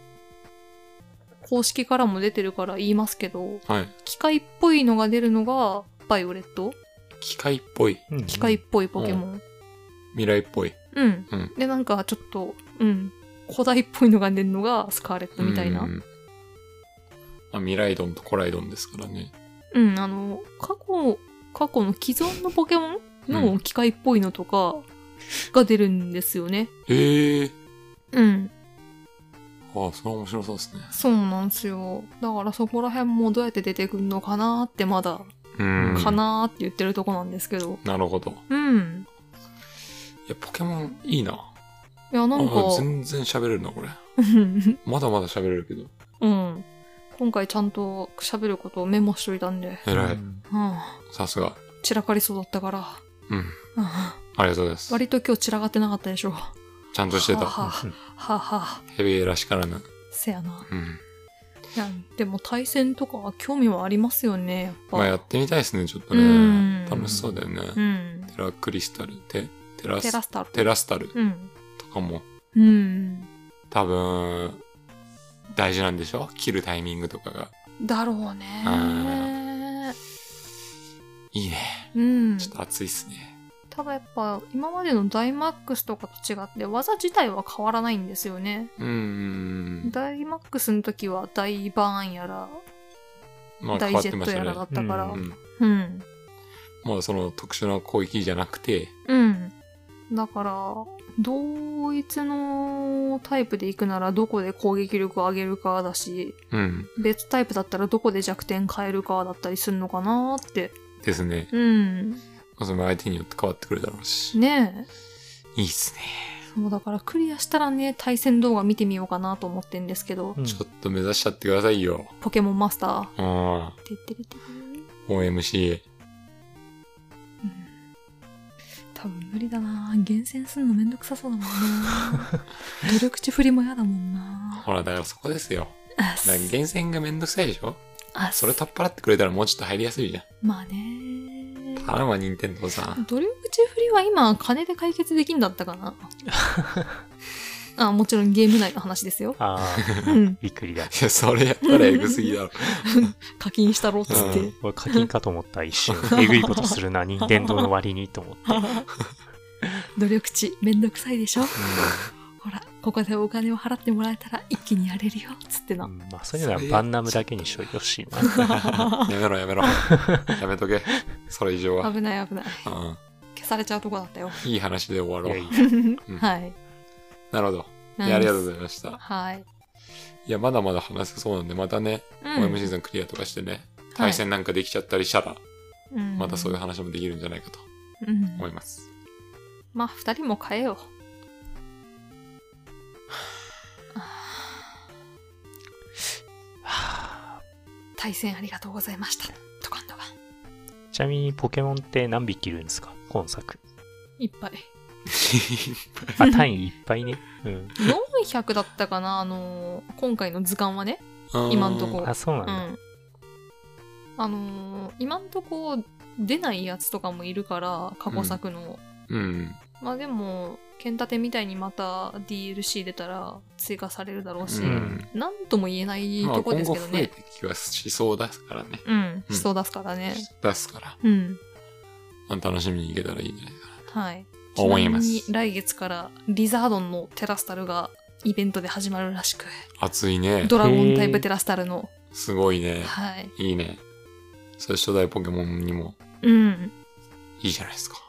ー公式からも出てるから言いますけど、
はい。
機械っぽいのが出るのがバイオレット
機械っぽい。
うん
機械っぽいポケモン。
未来っぽい。
うん。
うん
で、なんかちょっと、うん。古代っぽいのが出るのがスカーレットみたいな。
うんまあ、未来ドンと古来ドンですからね。
うん、あの、過去、過去の既存のポケモン
う
の
ん
機械っぽいのとかが出るんですよね。
ええ
うん。
ああ、それは面白そうですね。
そうなんですよ。だからそこら辺もどうやって出てくるのかなーってまだ、
うん
かなーって言ってるとこなんですけど。
なるほど。い
うん。
や、ポケモンいいな。
いや、なんか、
あ全然喋れるな、これ。まだまだ喋れるけど。
うん。今回ちゃんと喋ることをメモしといたんで、
偉い。
うん
うん、
さすが。
散らかりそうだったから、
うん。
うん
ありがとうございます。
割と今日散らかってなかったでしょ。
ちゃんとして
は
た。
ははは
ヘビーらしからぬ。
せやな。
うん。
いやでも対戦とかは興味はありますよね、やっぱ。
まあやってみたいですね、ちょっと
うん
ね。楽しそうだよね。
うん。
テラクリスタル、テ、テラ
テ
ス、
ラスタル。
テラスタル
うん。
とかも
うん。
多分、大事なんでしょ切るタイミングとかが。
だろうね。
いいね。
うん。
ちょっと熱いっすね。
ただやっぱ今までのダイマックスとかと違って技自体は変わらないんですよね。
うーん。
ダイマックスの時はダイバーンやら、
まあ
ダ
変
イ
わっ
ジェ
て
ッ
ま
ト
した
や
ね
らだ。ったから
う。ん。
うん。
まあその特殊な攻撃じゃなくて、
うん。だから、同一のタイプで行くならどこで攻撃力を上げるかだし、
うん。
別タイプだったらどこで弱点変えるかだったりするのかなーって。
ですね。
うん。
まあ、その相手によって変わってくるだろうし。
ねえ。
いいっすね。
そうだからクリアしたらね、対戦動画見てみようかなと思ってんですけど、
うん
ちょっと目指しちゃってくださいよ。
ポケモンマスター。
うん。
てってれてれ
OMC。
うん多分無理だな厳選するのめんどくさそうだもん な努力値振りもやだもんな
ほら、だからそこですよ。
あ
だから厳選がめんどくさいでしょ
あ
それ取っ払ってくれたらもうちょっと入りやすいじゃ
まあね
ん。頼むわ、任天堂さん。
努力値振りは今金で解決できんだった かなあもちろんゲーム内の話ですよ、
ああ、
うん、
びっくりだ。
いや、それやったらエグすぎだろ。
課金したろっつって、
うん
俺課金かと思った一瞬。えぐいことするな、任天堂の割にと思って。
努力値めんどくさいでしょほらここでお金を払ってもらえたら一気にやれるよっつって
う
なん
まあそういうのはバンナムだけにしといてほしいな。
やめろ、 やめろ。やめとけ。それ以上は。
危ない危ない
うん。
消されちゃうとこだったよ
いい話で終
い
わろ。
やいうや、
うん
はい
なるほど。いやありがとうございまし
うん
た。
はい、
いや、まだまだ話せそうなんで、またね、
うん
OMC さんクリアとかしてね、対戦なんかできちゃったりしたら、
うん
またそういう話もできるんじゃないかと
うん
思い ます。
まあ二人も変えよ う
はあ
対戦ありがとうございましたとかんだわ
ちなみにポケモンって何匹いるんですか今作。
いっ ぱい
あ、単位いっぱいね。うん。
400だったかなあのー今回の図鑑はね今んとこ
あ、そうなん
う
だ。
んあのー今んとこ出ないやつとかもいるから過去作の、
うん。
まあでも剣立てみたいにまた DLC 出たら追加されるだろうし、
う
何
ん。
なんとも言えない
まあ
とこ
今
です
後
けど
増え
ね、
てきはしそうだからね。
うんしそう出すからね
出すから
うん
まあ、楽しみにいけたらいいんじゃないかな
はい。
と思い
ちな
ま
み
す
に。来月からリザードンのテラスタルがイベントで始まるらしく、
熱いね。
ドラゴンタイプテラスタルの、
すごいね。
はい。
いいね。それ初代ポケモンにも
うん。
いいじゃないですか。
はい。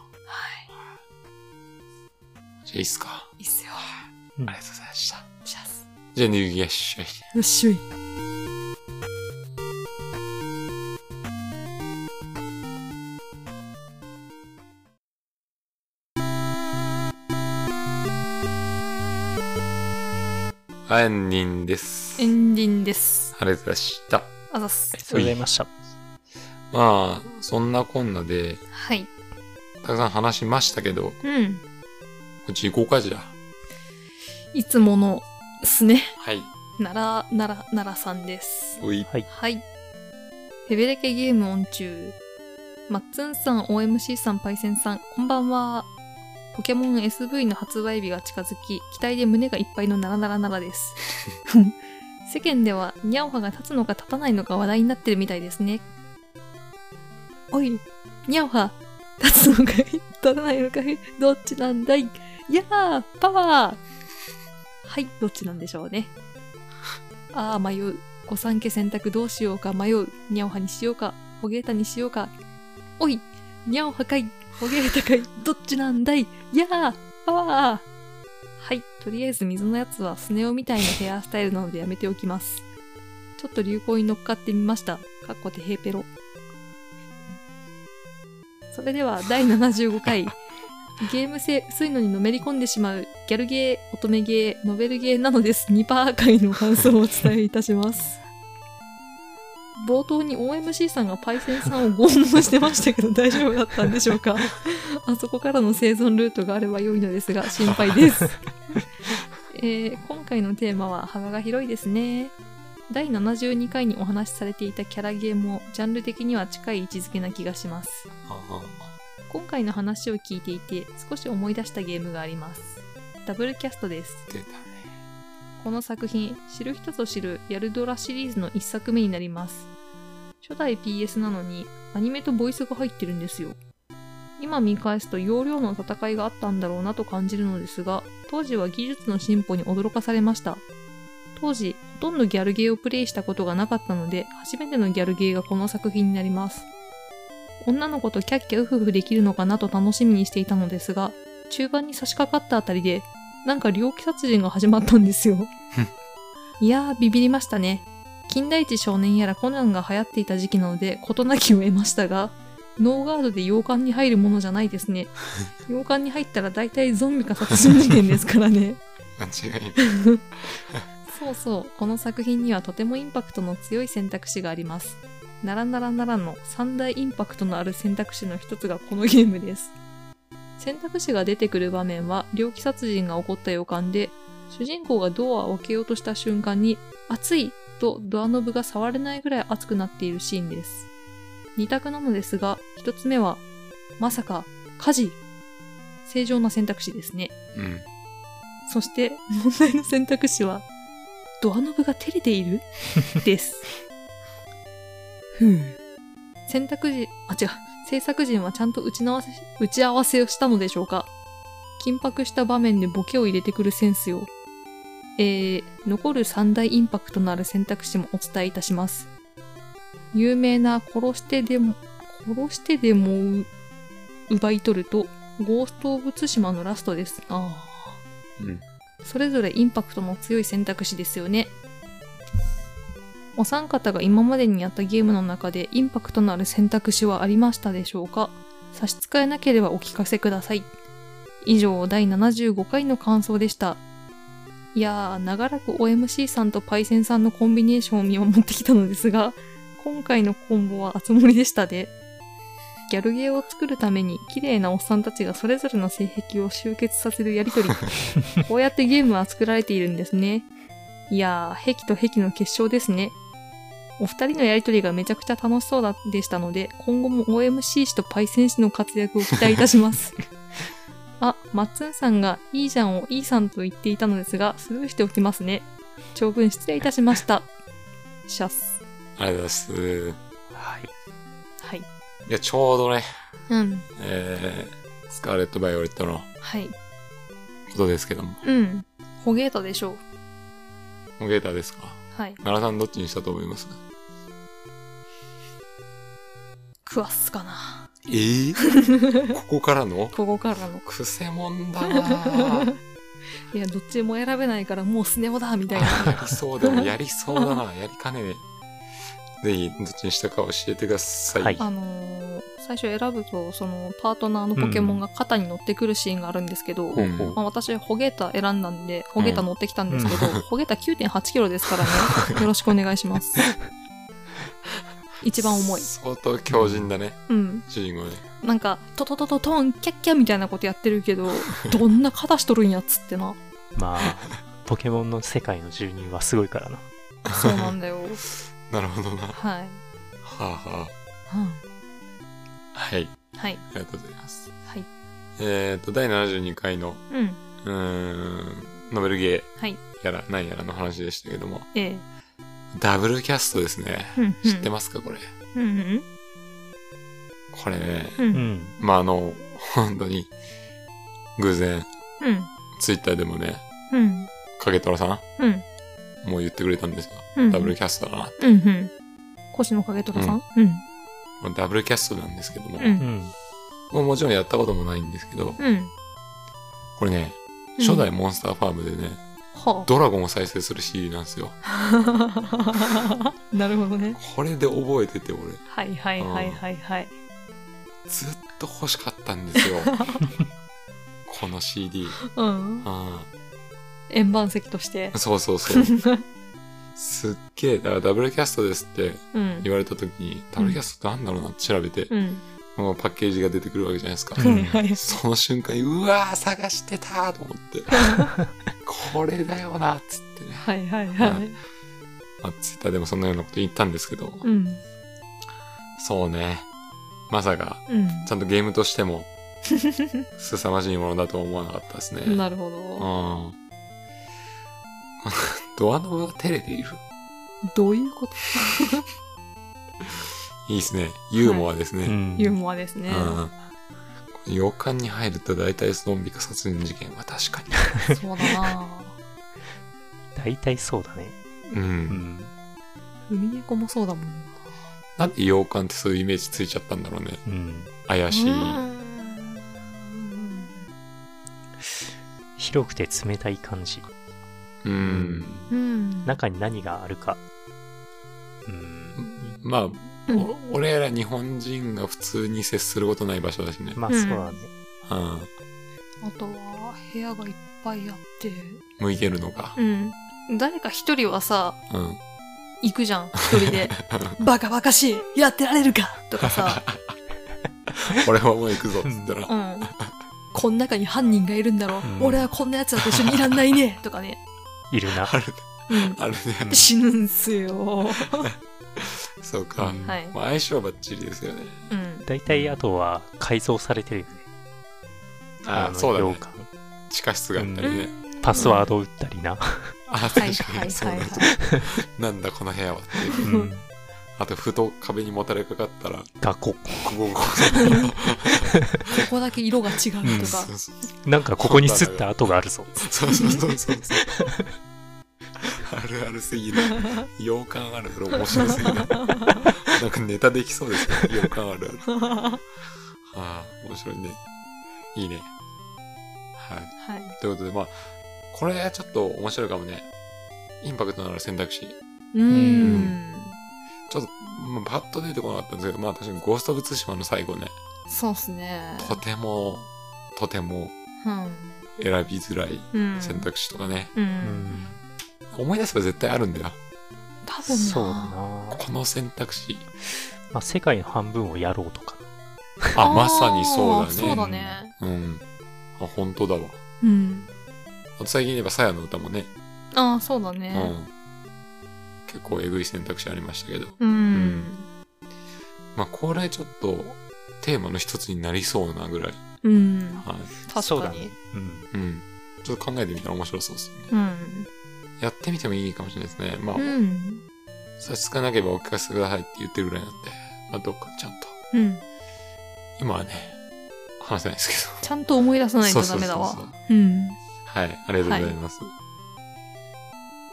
じゃあいいっすか。
いいっすよ。
ありがとうございました。
シャス。
じゃあ、逃げっしょい。
よっしょい。
あエンディングです。あ
エ
り
ンディングです。
がとうございました。
あざっす。
そうございました。
まあ、そんなこんなで、
はい。
たくさん話しましたけど、
うん。
うち行こうかじゃあ。
いつものすね。
はい。
奈良、奈良、奈良さんです。
おい。
はい。ヘベレケゲームオン中。マッツンさん、OMC さん、パイセンさん、こんばんは。ポケモン SV の発売日が近づき、期待で胸がいっぱいのならならならです。 世間では、ニャオハが立つのか立たないのか話題になってるみたいですね。おい、ニャオハ、立つのかい立たないのかいどっちなんだいいやー、パワーはい、どっちなんでしょうね。あー、迷う。御三家選択どうしようか迷う。ニャオハにしようか、ホゲータにしようか。おい、ニャオハかい、ホゲータかい、どっちなんだいやあ、パワーはい、とりあえず水のやつはスネ夫みたいなヘアスタイルなのでやめておきます。ちょっと流行に乗っかってみました。かっこてヘーペロ。それでは第75回。ゲーム性、そういうのにのめり込んでしまう、ギャルゲー、乙女ゲー、ノベルゲーなのです。2%回の感想をお伝えいたします。冒頭に OMC さんがパイセンさんを拷問してましたけど大丈夫だったんでしょうかあそこからの生存ルートがあれば良いのですが心配です、えー今回のテーマは幅が広いですね第72回にお話しされていたキャラゲーもジャンル的には近い位置づけな気がします
あ
今回の話を聞いていて少し思い出したゲームがありますダブルキャストです
ー出たね。
この作品知る人ぞ知るヤルドラシリーズの1作目になります初代 PS なのにアニメとボイスが入ってるんですよ今見返すと容量の戦いがあったんだろうなと感じるのですが当時は技術の進歩に驚かされました当時ほとんどギャルゲーをプレイしたことがなかったので初めてのギャルゲーがこの作品になります女の子とキャッキャウフフできるのかなと楽しみにしていたのですが中盤に差し掛かったあたりで、なんか猟奇殺人が始まったんですよ。いやー、ビビりましたね。金田一少年やらコナンが流行っていた時期なので、事なきを得ましたが、ノーガードで洋館に入るものじゃないですね。洋館に入ったら大体ゾンビか殺人事件ですからね。
間違いない。
そうそう、この作品にはとてもインパクトの強い選択肢があります。ならならならの三大インパクトのある選択肢の一つがこのゲームです。選択肢が出てくる場面は、猟奇殺人が起こった予感で、主人公がドアを開けようとした瞬間に、熱いとドアノブが触れないぐらい熱くなっているシーンです。二択なのですが、一つ目は、まさか、火事。正常な選択肢ですね。
うん。
そして問題の選択肢は、ドアノブが照れているです。ふう。選択時、あ、違う。制作陣はちゃんと打ち直せ、打ち合わせをしたのでしょうか緊迫した場面でボケを入れてくるセンスよ。えー、残る三大インパクトのある選択肢もお伝えいたします。有名な殺してでも、殺してでもう奪い取ると、ゴースト・オブ・ツシマのラストです。ああ。
うん。
それぞれインパクトの強い選択肢ですよね。お三方が今までにやったゲームの中でインパクトのある選択肢はありましたでしょうか差し支えなければお聞かせください。以上、第75回の感想でした。いやー、長らく OMC さんとパイセンさんのコンビネーションを見守ってきたのですが、今回のコンボは熱盛でしたね。ギャルゲーを作るために綺麗なおっさんたちがそれぞれの性癖を集結させるやりとり、こうやってゲームは作られているんですね。いやー、壁と壁の結晶ですね。お二人のやりとりがめちゃくちゃ楽しそうだでしたので、今後も OMC 氏とパイセン氏の活躍を期待いたし ます。あ、マッツンさんがいいじゃんをいいさんと言っていたのですが、スルーしておきますね。長文失礼いたしました。シャス。
ありがとうございます。い
はい。
はい。
や、ちょうどね、
うん。
えー、スカーレット・バイオレットの
はい。
ことですけども。
うん。ほげーたでしょう。
モゲーターですか
はい。
奈良さんどっちにしたと思います
クワッスかな。
えー、 ここからの
ここからの。
くせもんだなぁ
いや、どっちも選べないからもうスネ夫だみたいな。
やりそうでもやりそうだなやりかねねえ。ぜひ、どっちにしたか教えてください。
はい
あのー最初選ぶとそのパートナーのポケモンが肩に乗ってくるシーンがあるんですけど、
うん
まあ、私ホゲータ選んだんでホゲータ乗ってきたんですけど、ホゲータ9 8キロですから ねよろしくお願いします一番重い
相当強靭だね、
うん
主人公ね。
なんかトトトトトンキャッキャみたいなことやってるけ どどんな肩しとるんやっつってな
まあ、ポケモンの世界の住人はすごいからな。
そうなんだよ
なるほどな。は
はい、
あ、は
うん
あ、はい。
はい
ありがとうございます。
はい
えっ、と、第72回の、
うん
うーん、ノベルゲ
はい
ーやら、何やらの話でしたけども、
ええ
ダブルキャストですね。
うんうん
知ってますか、これ。
うんうん
これね、
うんう
うんん。
まあ、あの、本当に、偶然、
うん
ツイッターでもね、
うん
影虎さ
うん
んもう言ってくれたんですよ。
うん
ダブルキャストだな。
うんうん。腰の影虎さんうん。
このダブルキャストなんですけども、
う。
うんん。
もうもちろんやったこともないんですけど、
うん。
これね、初代モンスターファームでね、
は
ドラゴンを再生する CD なんですよ。
あ。なるほどね。
これで覚えてて、俺。
はいはいはいはいはい。
ずっと欲しかったんで すよ。この CD。
うん。
あ
円盤石として
あ。そうそうそう。すっげえ、だからダブルキャストですって
うん。
言われた時に、ダブルキャストってなんだろうなって調べて、
うん。
もうパッケージが出てくるわけじゃないですか。
うん
はいはい。
その瞬間に、うわー探してたーと 思って、これだよなっつってね。
はいはいはい。
まあ、ツイッターでもそんなようなこと言ったんですけど、
うん。
そうね。まさか、ち
う
ゃんとゲームとし ても、凄まじいものだとは思わなかったですね。
ん。なるほ
う
ど。
ん。ドアノブが照れている。
どういうこと
いいですね。ユーモアです
う
ね。
ん
ユーモアですね。
うん。洋館に入ると大体ゾンビか殺人事件は確か
そうだな
大体そうだね。
に。う。
うんん。
海猫もそうだもんな。
なんで洋館ってそういうイメージついちゃったんだろうね。
うん。
怪しい。
うん
広くて冷たい感じ。
うん。
うん。
中に何があるか。うん。
まあ、
うん
お俺ら日本人が普通に接することない場所だしね。
まあそうだね。
うん。
あとは、部屋がいっぱいあって。
向いてるのか。
うん。誰か一人はさ、
うん。
行くじゃん、一人で。バカバカしいやってられるかとかさ。
俺はもう行くぞっつったら。
うん。こん中に犯人がいるんだろう。
うん
俺はこんな奴らと一緒にいらんないね。とかね。
い るな。
ある、
うん。
あるね。
死ぬんすよ。
そうか。
うん
はい。
まあ、相性バッチリですよね。
うん。
大体あとは改造されてるよね。
あ
の
そうだ
洋
ね。
館
地下室があったりね。
パスワード打ったりな。
あ、確
はい
か
はい
にそう
は
だ
い
ね
はい。
なんだこの部屋はっていうう。
ん。
あと、ふと壁にもたれかかったら、
学校。
ここ、
こ
ここ、
こだけ色が違うとか
そ。うそう
なんかここに吸った跡があるぞ。
そうそうそうそう。あるあるすぎる。洋館あるある面白すぎる。なんかネタできそうですね。洋館あるある。
は
はあ、面白いね。いいね。はい。
い。
ということで、まあ、これちょっと面白いかもね。インパクトのある選択肢。
うーん。
ちょっと、まあ、パッと出てこなかったんですけど、まあ確かにゴースト・オブ・ツシマの最後ね、
そうっすね。
とても、とても
う
選びづらい
ん。
選択肢とかね、
うん。う。
うんん。
思い出せば絶対あるんだよ。
多分な。
そうだな。
この選択肢。
まあ世界の半分をやろうとか。
あ、まさにそうだ
あ
ね。
ーそうだね。
うん。あ、本当だわ。
うん。
あと最近言えば、さやの歌もね、
ああ、そうだ
う
ね。
ん。結構えぐい選択肢ありましたけど。
うん。
まあ、これちょっと、テーマの一つになりそうなぐらい。
うん。
はい。
そ
確か
うだ
に
ね。。うん。
うん。ちょっと考えてみたら面白そうですね。
うん。
やってみてもいいかもしれないですね。まあ、
うん。
差し支えなければお聞かせくださいって言ってるぐらいなんで、まあ、どっかちゃんと。
うん。
今はね、話せないですけ
ちゃんと思い出さ
ど。
ない
そ
と
うそ
ダ
う
メ
そう
だ
そ
わ。
う。
うん。
はい、ありがとうございます。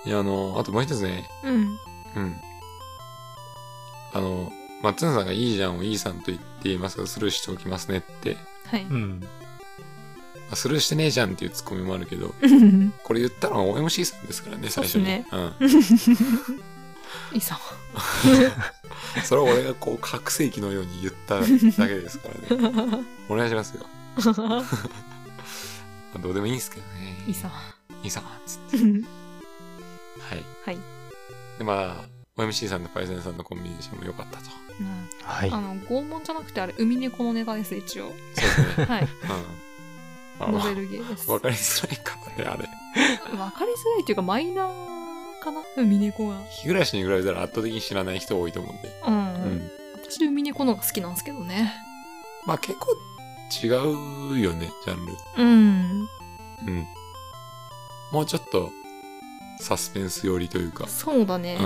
い、や、あの、あともう一つね、
うん。
うん。あの、松野さんがいいじゃんをいいさんと言っていますが、スルーしておきますねって、
はい。
うん。
まあスルーしてねえじゃんっていうツッコミもあるけど、
うん。
これ言ったのは OMC さんですからね、最初に。
そうっ
うん。
いい さ。
それを俺がこう、覚醒器のように言っただけですからね。 お願いしますよ。まあどうでもいいんですけどね。
いいさ。
いいさ、つって。
うん
はい。
はい。
で、まあ、OMC さんとパイセンさんのコンビネーションも良かったと。
うん
はい
あ。の、拷問じゃなくて、あれ、海猫のネタです、一応。
そうですね。
はい。
う ん。
ノ
まあ
ベルゲーです。
わ
わ
か
か
りづらいかもね、あれ。
りづらいというか、マイナーかな海猫が。
日暮らしに比べたら圧倒的に知らない人多いと思うんで。
う。
うんん。
私、海猫の方が好きなんですけどね。
まあ結構違うよね、ジャンル。
うん。
うん。もうちょっと、サスペンス寄りというか。
そうだ
う
ね。
ん。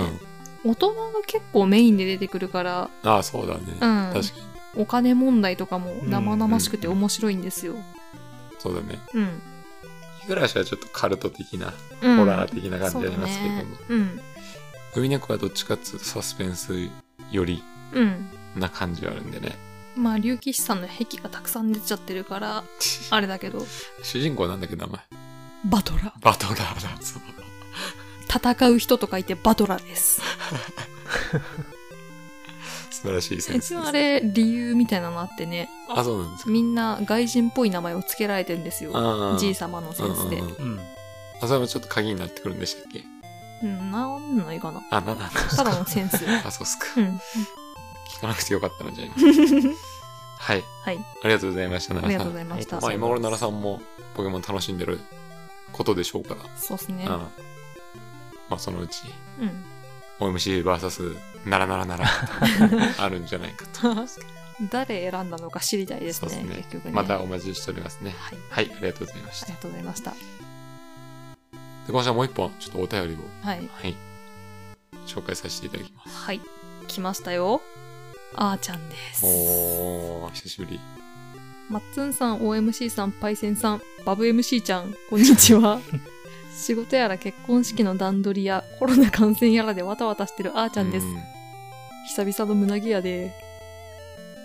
大人が結構メインで出てくるから、
ああ、そうだね。
うん
確かに。
お金問題とかも生々しくて面白いんですよ。
そうだね。
うん。
日暮らしはちょっとカルト的な、
うん
ホラー的な感じありますけども。
そうだね
海猫はどっちかっつうとサスペンス寄り
うん。うん。
な感じがあるんでね。
まあ、竜騎士さんの壁がたくさん出ちゃってる から、あれだけど、
主人公なんだっけ、名前。
バトラ
バトラーだ。そう。
ー。戦う人と書いてバトラーです。
素晴らしいセンス
一
で
応
す。
あれ、理由みたいなのあってね、
あ、そうなんですか。
みんな外人っぽい名前を付けられてんですよ。
ああ
じい様のセンスで
うんうん。うん
うん。
あ、それもちょっと鍵になってくるんでしたっけ
うん、なんないかな。
あ、な、 なんだ。
ただのセ ンス。
あ、そうっすか。
うん。
聞かなくてよかったな、じゃあ今。 はい。
はい。
ありがとうございました、
あり
奈
がとうご
良さん。
ざいました
ありがと
ま。
うございま
あ、
す
今頃奈良さんもポケモン楽しんでることでしょうから。
そうですね
うん。。まあ、そのうち、
うん。
OMCVS、ならならなら、 あるんじゃないかと思いますけど。
誰選んだのか知りたいですね、
そうっすね
結局ね。
また
はい。
お待ちしておりますね。
あ
はい、ありがとうございました。
り
で
がとうございました。
今週はもう一本、ちょっとお便りを、
はい。
はい、紹介させていただきます。
はい。来ましたよ。あーちゃんです。
おー、久しぶり。
マッツンさん、OMC さん、パイセンさん、バブ MC ちゃん、こんにちは。仕事やら結婚式の段取りやコロナ感染やらでわたわたしてるあーちゃんです。
う
久々の胸毛やで。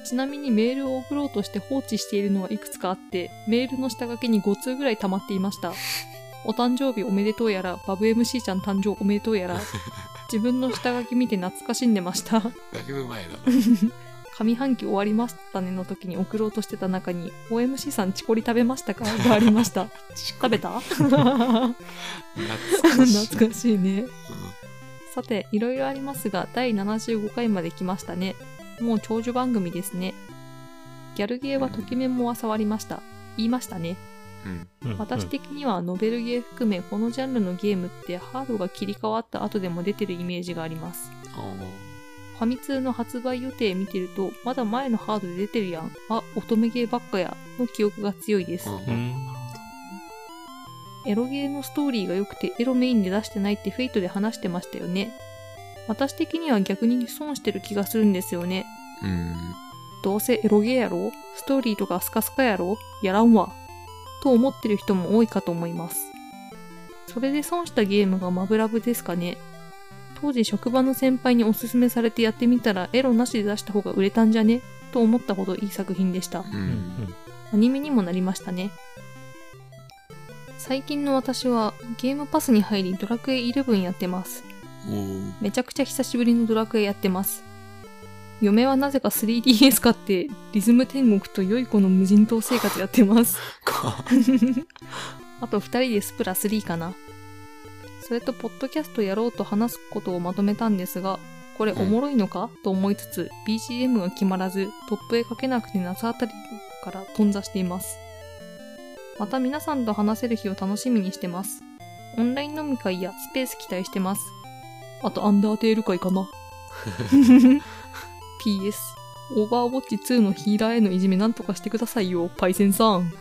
ちなみにメールを送ろうとして放置しているのはいくつかあって、メールの下書きに5通ぐらい溜まっていました。お誕生日おめでとうやら、バブ MC ちゃん誕生おめでとうやら、自分の下書き見て懐かしんでました。
だいぶ前だな。
上半期終わりましたねの時に送ろうとしてた中に、OMC さんチコリ食べましたかがありました。 食べた
懐かしい。
懐かしいね。
う
さて、いろいろありますが、第75回まで来ましたね。もう長寿番組ですね。ギャルゲーはときめもは触りました。言いましたね。
んうん。
うん
私的にはノベルゲー含め、このジャンルのゲームってハードが切り替わった後でも出てるイメージがあります。
あ
ファミ通の発売予定見てると、まだ前のハードで出てるやん。あ、乙女ゲーばっかや。の記憶が強いです。
ー
う
うん
ん
エロゲーのストーリーが良くてエロメインで出してないってフェイトで話してましたよね。私的には逆に損してる気がするんですよね。
うん。
どうせエロゲーやろストーリーとかスカスカやろやらんわ。と思ってる人も多いかと思います。それで損したゲームがマブラブですかね。当時職場の先輩におすすめされてやってみたらエロなしで出した方が売れたんじゃねと思ったほどいい作品でした。
う
うん
ん。
アニメにもなりましたね。最近の私はゲームパスに入りドラクエ11やってます。
おー
めちゃくちゃ久しぶりのドラクエやってます。嫁はなぜか 3DS 買ってリズム天国と良い子の無人島生活やってます。
か。
あと2人でスプラ3かな。それと、ポッドキャストやろうと話すことをまとめたんですが、これおもろいのか、と思いつつ、BGM が決まらず、トップへかけなくて夏あたりから頓挫しています。また皆さんと話せる日を楽しみにしてます。オンライン飲み会やスペース期待してます。あと、アンダーテール会かな。PS、オーバーウォッチ2のヒーラーへのいじめなんとかしてくださいよ、パイセンさん。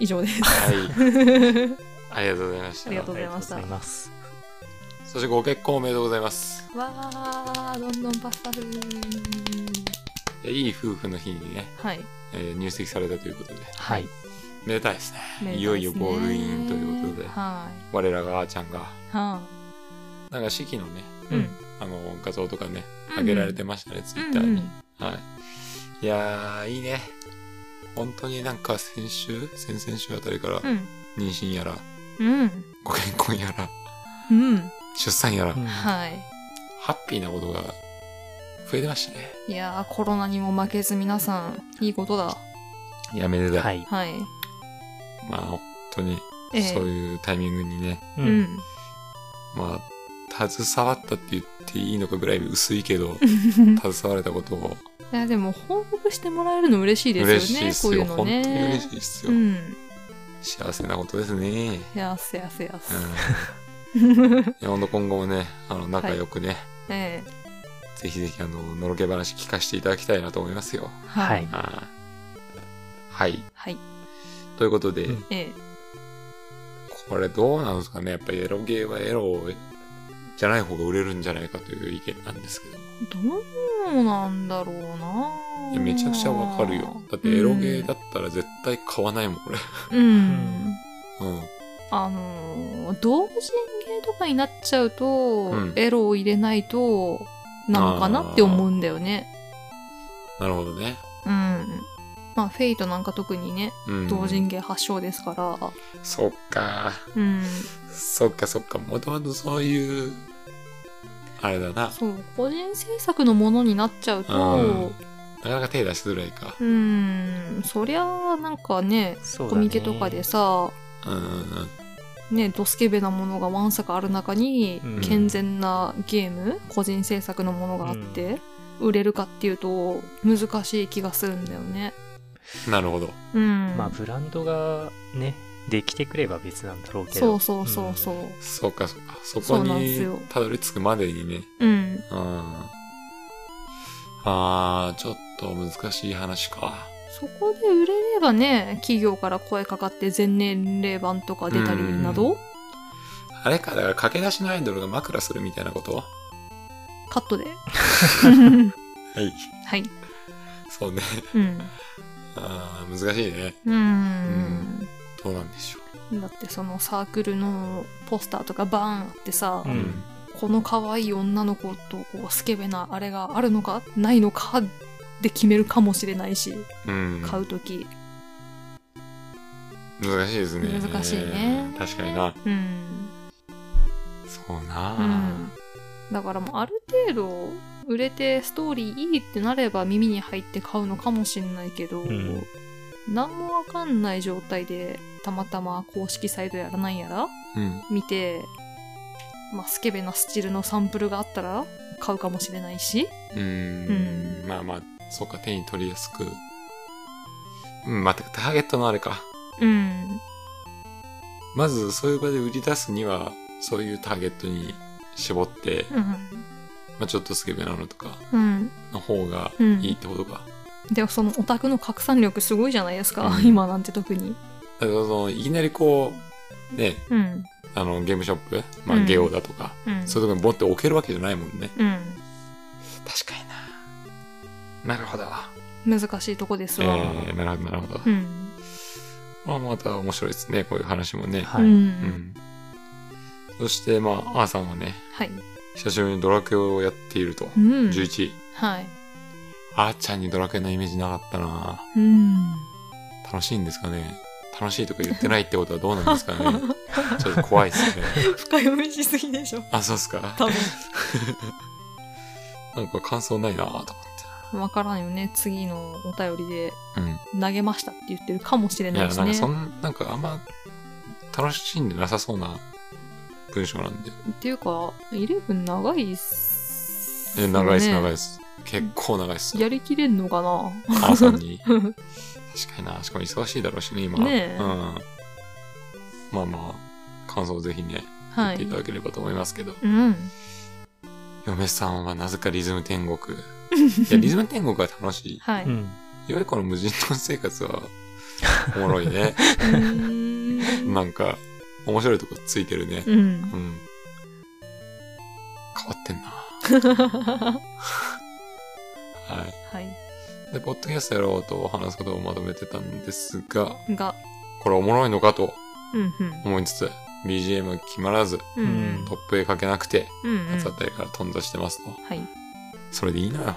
以上です。
はい。ありがとうございました。
ありがとうございました
ありがとうございます
そしてご結婚おめでとうございます。
わーどんどんパスタ風
いやいい夫婦の日にね、
はい
えー入籍されたということで、
はい。
めでたいですね。
めでたですね
いよいよゴールインということで
は
我らがあーちゃんが、
いは
なんか式のね、
い
うん
あの、画像とかね、
うん
上げられてましたね、ツイッター
うんう
に。
ん
はい。いやー、いいね。本当になんか先週、先々週あたりから、妊娠やら、
うん
ご結婚やら、
うんうん
出産やら、
うん
はい
ハッピーなことが増えてましたね。
いやーコロナにも負けず皆さんいいことだ
いやめでたい。
は
は
い。
い
まあ、本当に、
ええ
そういうタイミングにね、
う。
うんん
まあ、携わったって言っていいのかぐらい薄い けど、携われたことを
いやでも報告してもらえるの嬉しいですよね
嬉しいですよ。
こう
本
い
当
うの
に
ね
嬉しいですよ。
うん
幸せなことですね。
やすやすやす、
うん。いやほんと今後もね、あの、仲良くね、
ええ
ぜひぜひ、あの、のろけ話聞かせていただきたいなと思いますよ。
は。
はい
あーはい。
はい
ということで、
うん
ええ
これどうなんですかねやっぱりエロゲーはエロじゃない方が売れるんじゃないかという意見なんですけど。
どうなんだろうない
やめちゃくちゃわかるよ。だってエロゲーだったら絶対買わないもん、俺。
うん
うん。
あのー同人芸とかになっちゃうと、
ん
エロを入れないとなのかなって思うんだよね。
なるほどね。
うん。まあ、フェイトなんか特にね、
うん。
同人芸発祥ですから。
そっか。
うん。
そっかそっか。もともとそういう、あれだな。
そう、個人制作のものになっちゃうと、
なかなか手出しづらいか。
うん、そりゃあなんかね、
そうだ
コ
ね
ミケとかでさ、
うんうんうん。
ね、ドスケベなものがわんさかある中に、
うん
健全なゲーム個人制作のものがあって、売れるかっていうと難しい気がするんだよね。
なるほど。
うん。
まあ、ブランドがね、できてくれば別なんだろうけ
そ
ど
う。そうそうそう。
そっかそっか。そ
そ
こ
うなんです
に
よ
たどり着くまでにね。
うん。
うん。あー、ちょっと難しい話か。
そこで売れればね、企業から声かかって全年齢版とか出たりな
うん
ど、
あれか、だから駆け出しのアイドルが枕するみたいなことは
カットで。
い。
はい。
そうね。
うん。
あー難しいね。
うん。
どうなんでしょ
だってそのサークルのポスターとかバーンあってさ、
う。
うん
この可愛い女の子とこうスケベなあれがあるのかないのかで決めるかもしれないし、
うん。
買うとき。
難しいですね。
難しいね
確かにな。
うん。
そう
う
な、
ん。だからもうある程度、売れてストーリーいいってなれば耳に入って買うのかもしれないけど、
ん
何もわかんない状態で、たまたま公式サイトやらなんやら
うん。
見て、まあ、スケベなスチルのサンプルがあったら買うかもしれないし、
うん。まあまあ、そうか、手に取りやすく。うん、まあ、ターゲットのあれか。
うん、
まず、そういう場で売り出すには、そういうターゲットに絞って、
うん、
まあ、ちょっとスケベなのとか、
うん。
の方が
うん
いいってことか。
で、そのオタクの拡散力すごいじゃないですか、
うん
今なんて特に。
だからそのいきなりこう、ね、
うん、
あの、ゲームショップ、まあ、
うん
ゲオだとか、
うん。
そういうとこにボンって置けるわけじゃないもんね。
うん。
確かにな。なるほど。
難しいとこです
え
わ。
ー、なるほど、なるほど。
うん。
まあ、また面白いですね、こういう話もね。
はい。
う。
うんん。そして、まあ、アーさんはね、
はい。
久しぶりにドラクエをやっていると。
うん。
11。
はい。
あーちゃんにドラクエのイメージなかったな
うん。
楽しいんですかね楽しいとか言ってないってことはどうなんですかねちょっと怖いですね。
深読みしすぎでしょ。
あ、そうっすか
多
なんか感想ないなと思って。
分。わからんよね。次のお便りで
うん。
投げましたって言ってるかもしれ
い
な
や、
いし
なん
ね
か。そん、なんかあんま楽しんでなさそうな文章なんで。
っていうか、イレブン長いっす。
え、長いです、
ね
長いです。結構長いです。
やりきれんのかな
母さ んに。確かにな。しかも忙しいだろうしね、今。
ねえ
うん。まあまあ、感想をぜひね、言
は
ってい
い
た。だければと思いますけど。
うん。
嫁さんはなぜかリズム天国。い や、リズム天国は楽しい。
はい。
う。
うん
よいこの無人島生活は、おもろ いね。
ーん
なんか、面白いとこついてるね。
うん。
うん。変わってんな。
は
はい。
い。
で、ポッドキャストやろうと話すことをまとめてたんですが、
が、
これおもろいのかと
うん
思いつつ、BGM が決まらず、
うん。うん
トップへかけなくて、
うんうん。
夏あたりから頓挫してますと。
はい。
それでいいのよ。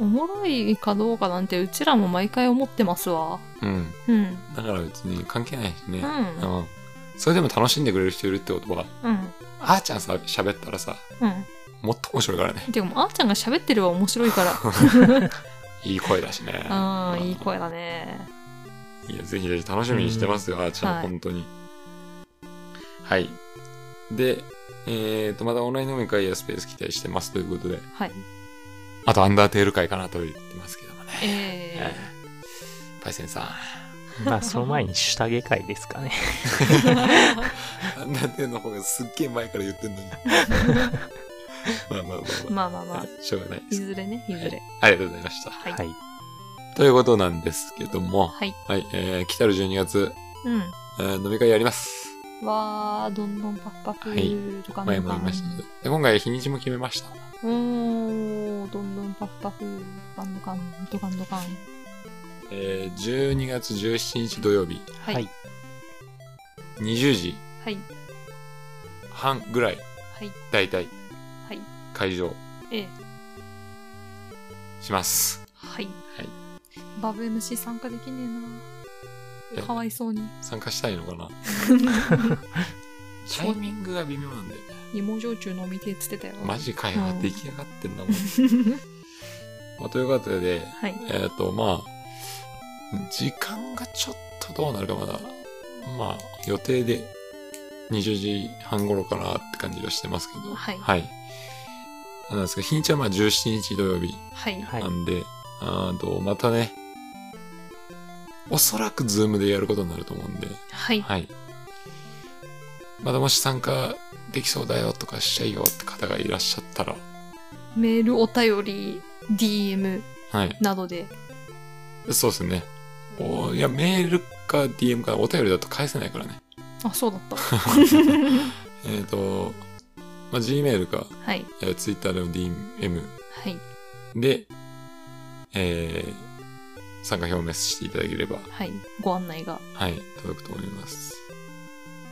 おもろいかどうかなんてうちらも毎回思ってますわ。
うん。
うん。
だから別に関係ないしね。
うん
うん。それでも楽しんでくれる人いるってことは、
うん。
あーちゃんさ、喋ったらさ、
うん。
もっと面白いからね。
てかもう、あーちゃんが喋ってるは面白いから。
いい声だしね。
ああ、いい声だね。
いや、ぜひぜひ楽しみにしてますよ、あーちゃん、
はい
本当に。はい。で、えーと、またオンライン飲み会やスペース期待してますということで、
はい。
あとアンダーテール会かなと言ってますけどもね。
え
パイセン さん、
まあ、その前に下下界ですかね。
アンダーテールの方がすっげえ前から言 ってんのに。まあまあま
え
あま
まあまあ
あ。
ま
は
あ。
いしょうがないで
い
す。
ずれね、いずれ。
ありがとうございました。
い
はい。
ということなんですけども、
はい。
はい、えー、来たる12月、
う
えー飲み会やります。
ん。わあ、どんどんパクパク
はい
とか
前も言いましたけど。で今回日にちも決めました。
おー、どんどんパフパフ、バンドカン、ドカンドカン。
えー、12月17日土曜日、
はい。
はい
20時
はい。
半ぐらい、
はい。
だいたい
はい。
会場
ええ。
します。
はい。
はい
バブ MC 参加できねえ
え
なかわいそうに。
参加したいのか なタイミングが微妙なんだよね。
芋焼酎飲みてえっつってたよ。
マジかよ
う、ん
出来上がってんだ もん。まあ、ということで、
はい。
えっ、と、まあ、時間がちょっとどうなるかまだ、まあ、予定で20時半頃かなって感じがしてますけど、
はい
なんですけど、日にちはまあ17日土曜日
はい。
はい
な。んで、あーと、またね、おそらくズームでやることになると思うんで、
はい。
はい。まだもし参加できそうだよとかしちゃいよって方がいらっしゃったら、
メール、お便り、DM
はい。
などで。
そうですね。おいや、メールか DM かお便りだと返せないからね。
あ、そうだ った。
えっと、まあ、Gmail か、
はい。
えー Twitter での DM
はい。
で、えー参加表明していただければ、
はい。ご案内が。
はい、届くと思います。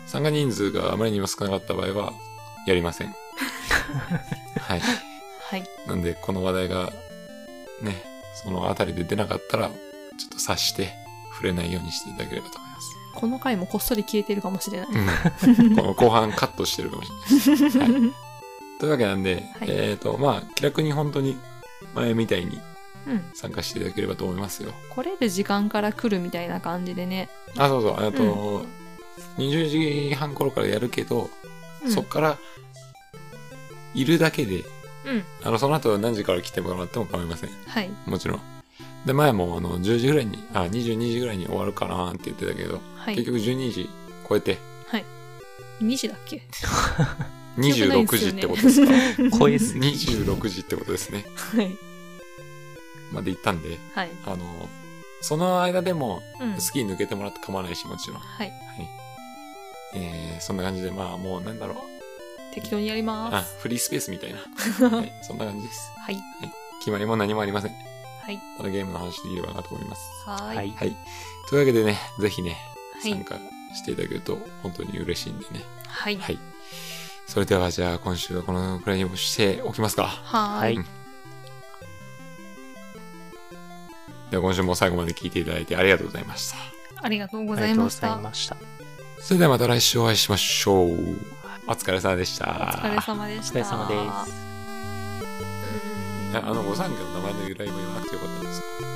参加人数があまりにも少なかった場合は、やりません。はい。
はい。
なんで、この話題が、ね、その辺りで出なかったら、ちょっと察して、触れないようにしていただければと思います。
この回もこっそり消えてるかもしれない。
この後半カットしてるかもしれない。 というわけなんで、
はい
えっ、と、まあ、気楽に本当に前みたいに
うん。
参加していただければと思いますよ。
来れる時間から来るみたいな感じでね。
あ、そうそう、えっと、20時半頃からやるけど、
うん、
そっから、いるだけで、
うん。
あの、その後何時から来てもらっても構いません。
はい。
もちろん。で、前もあの、10時ぐらいに、あ、22時ぐらいに終わるかなーって言ってたけど、
はい。
結局12時超えて、
2時だっけよくない
26
です
時
よ
っ
ね
てことですか。
声ですね。
26時ってことですね。
はい。
まで行ったんで、
はい。
あの、その間でも、
うん。
スキー抜けてもらって構わないし、もちろん。は
はい。
い。えー、そんな感じで、まあ、もうなんだろう。
適当にやりま
あ
す。、
フリースペース みたいな。は
はい。
い、そんな感じです。
はい。
決まりも何もありません。
はい。
ただゲームの話できればなと思います。
は。
はいい。
はい。というわけでね、ぜひね、
は
参
い。
加していただけると本当に嬉しいんでね。
はい。
はい。それでは、じゃあ今週はこのくらいにしておきますか。
はーい。
はい
では今週も最後まで聞いていただいてありがとうございました。
ありがとうご
あ
ざ
り
い
がと
ま
うご
し
ざい
た。
ました。
それではまた来週お会いしましょう。お疲れ様でした。お
お疲れ様でし
お疲
た。
れ様です。
あの、ご参加の名前の由来も言わなくてよかったんですか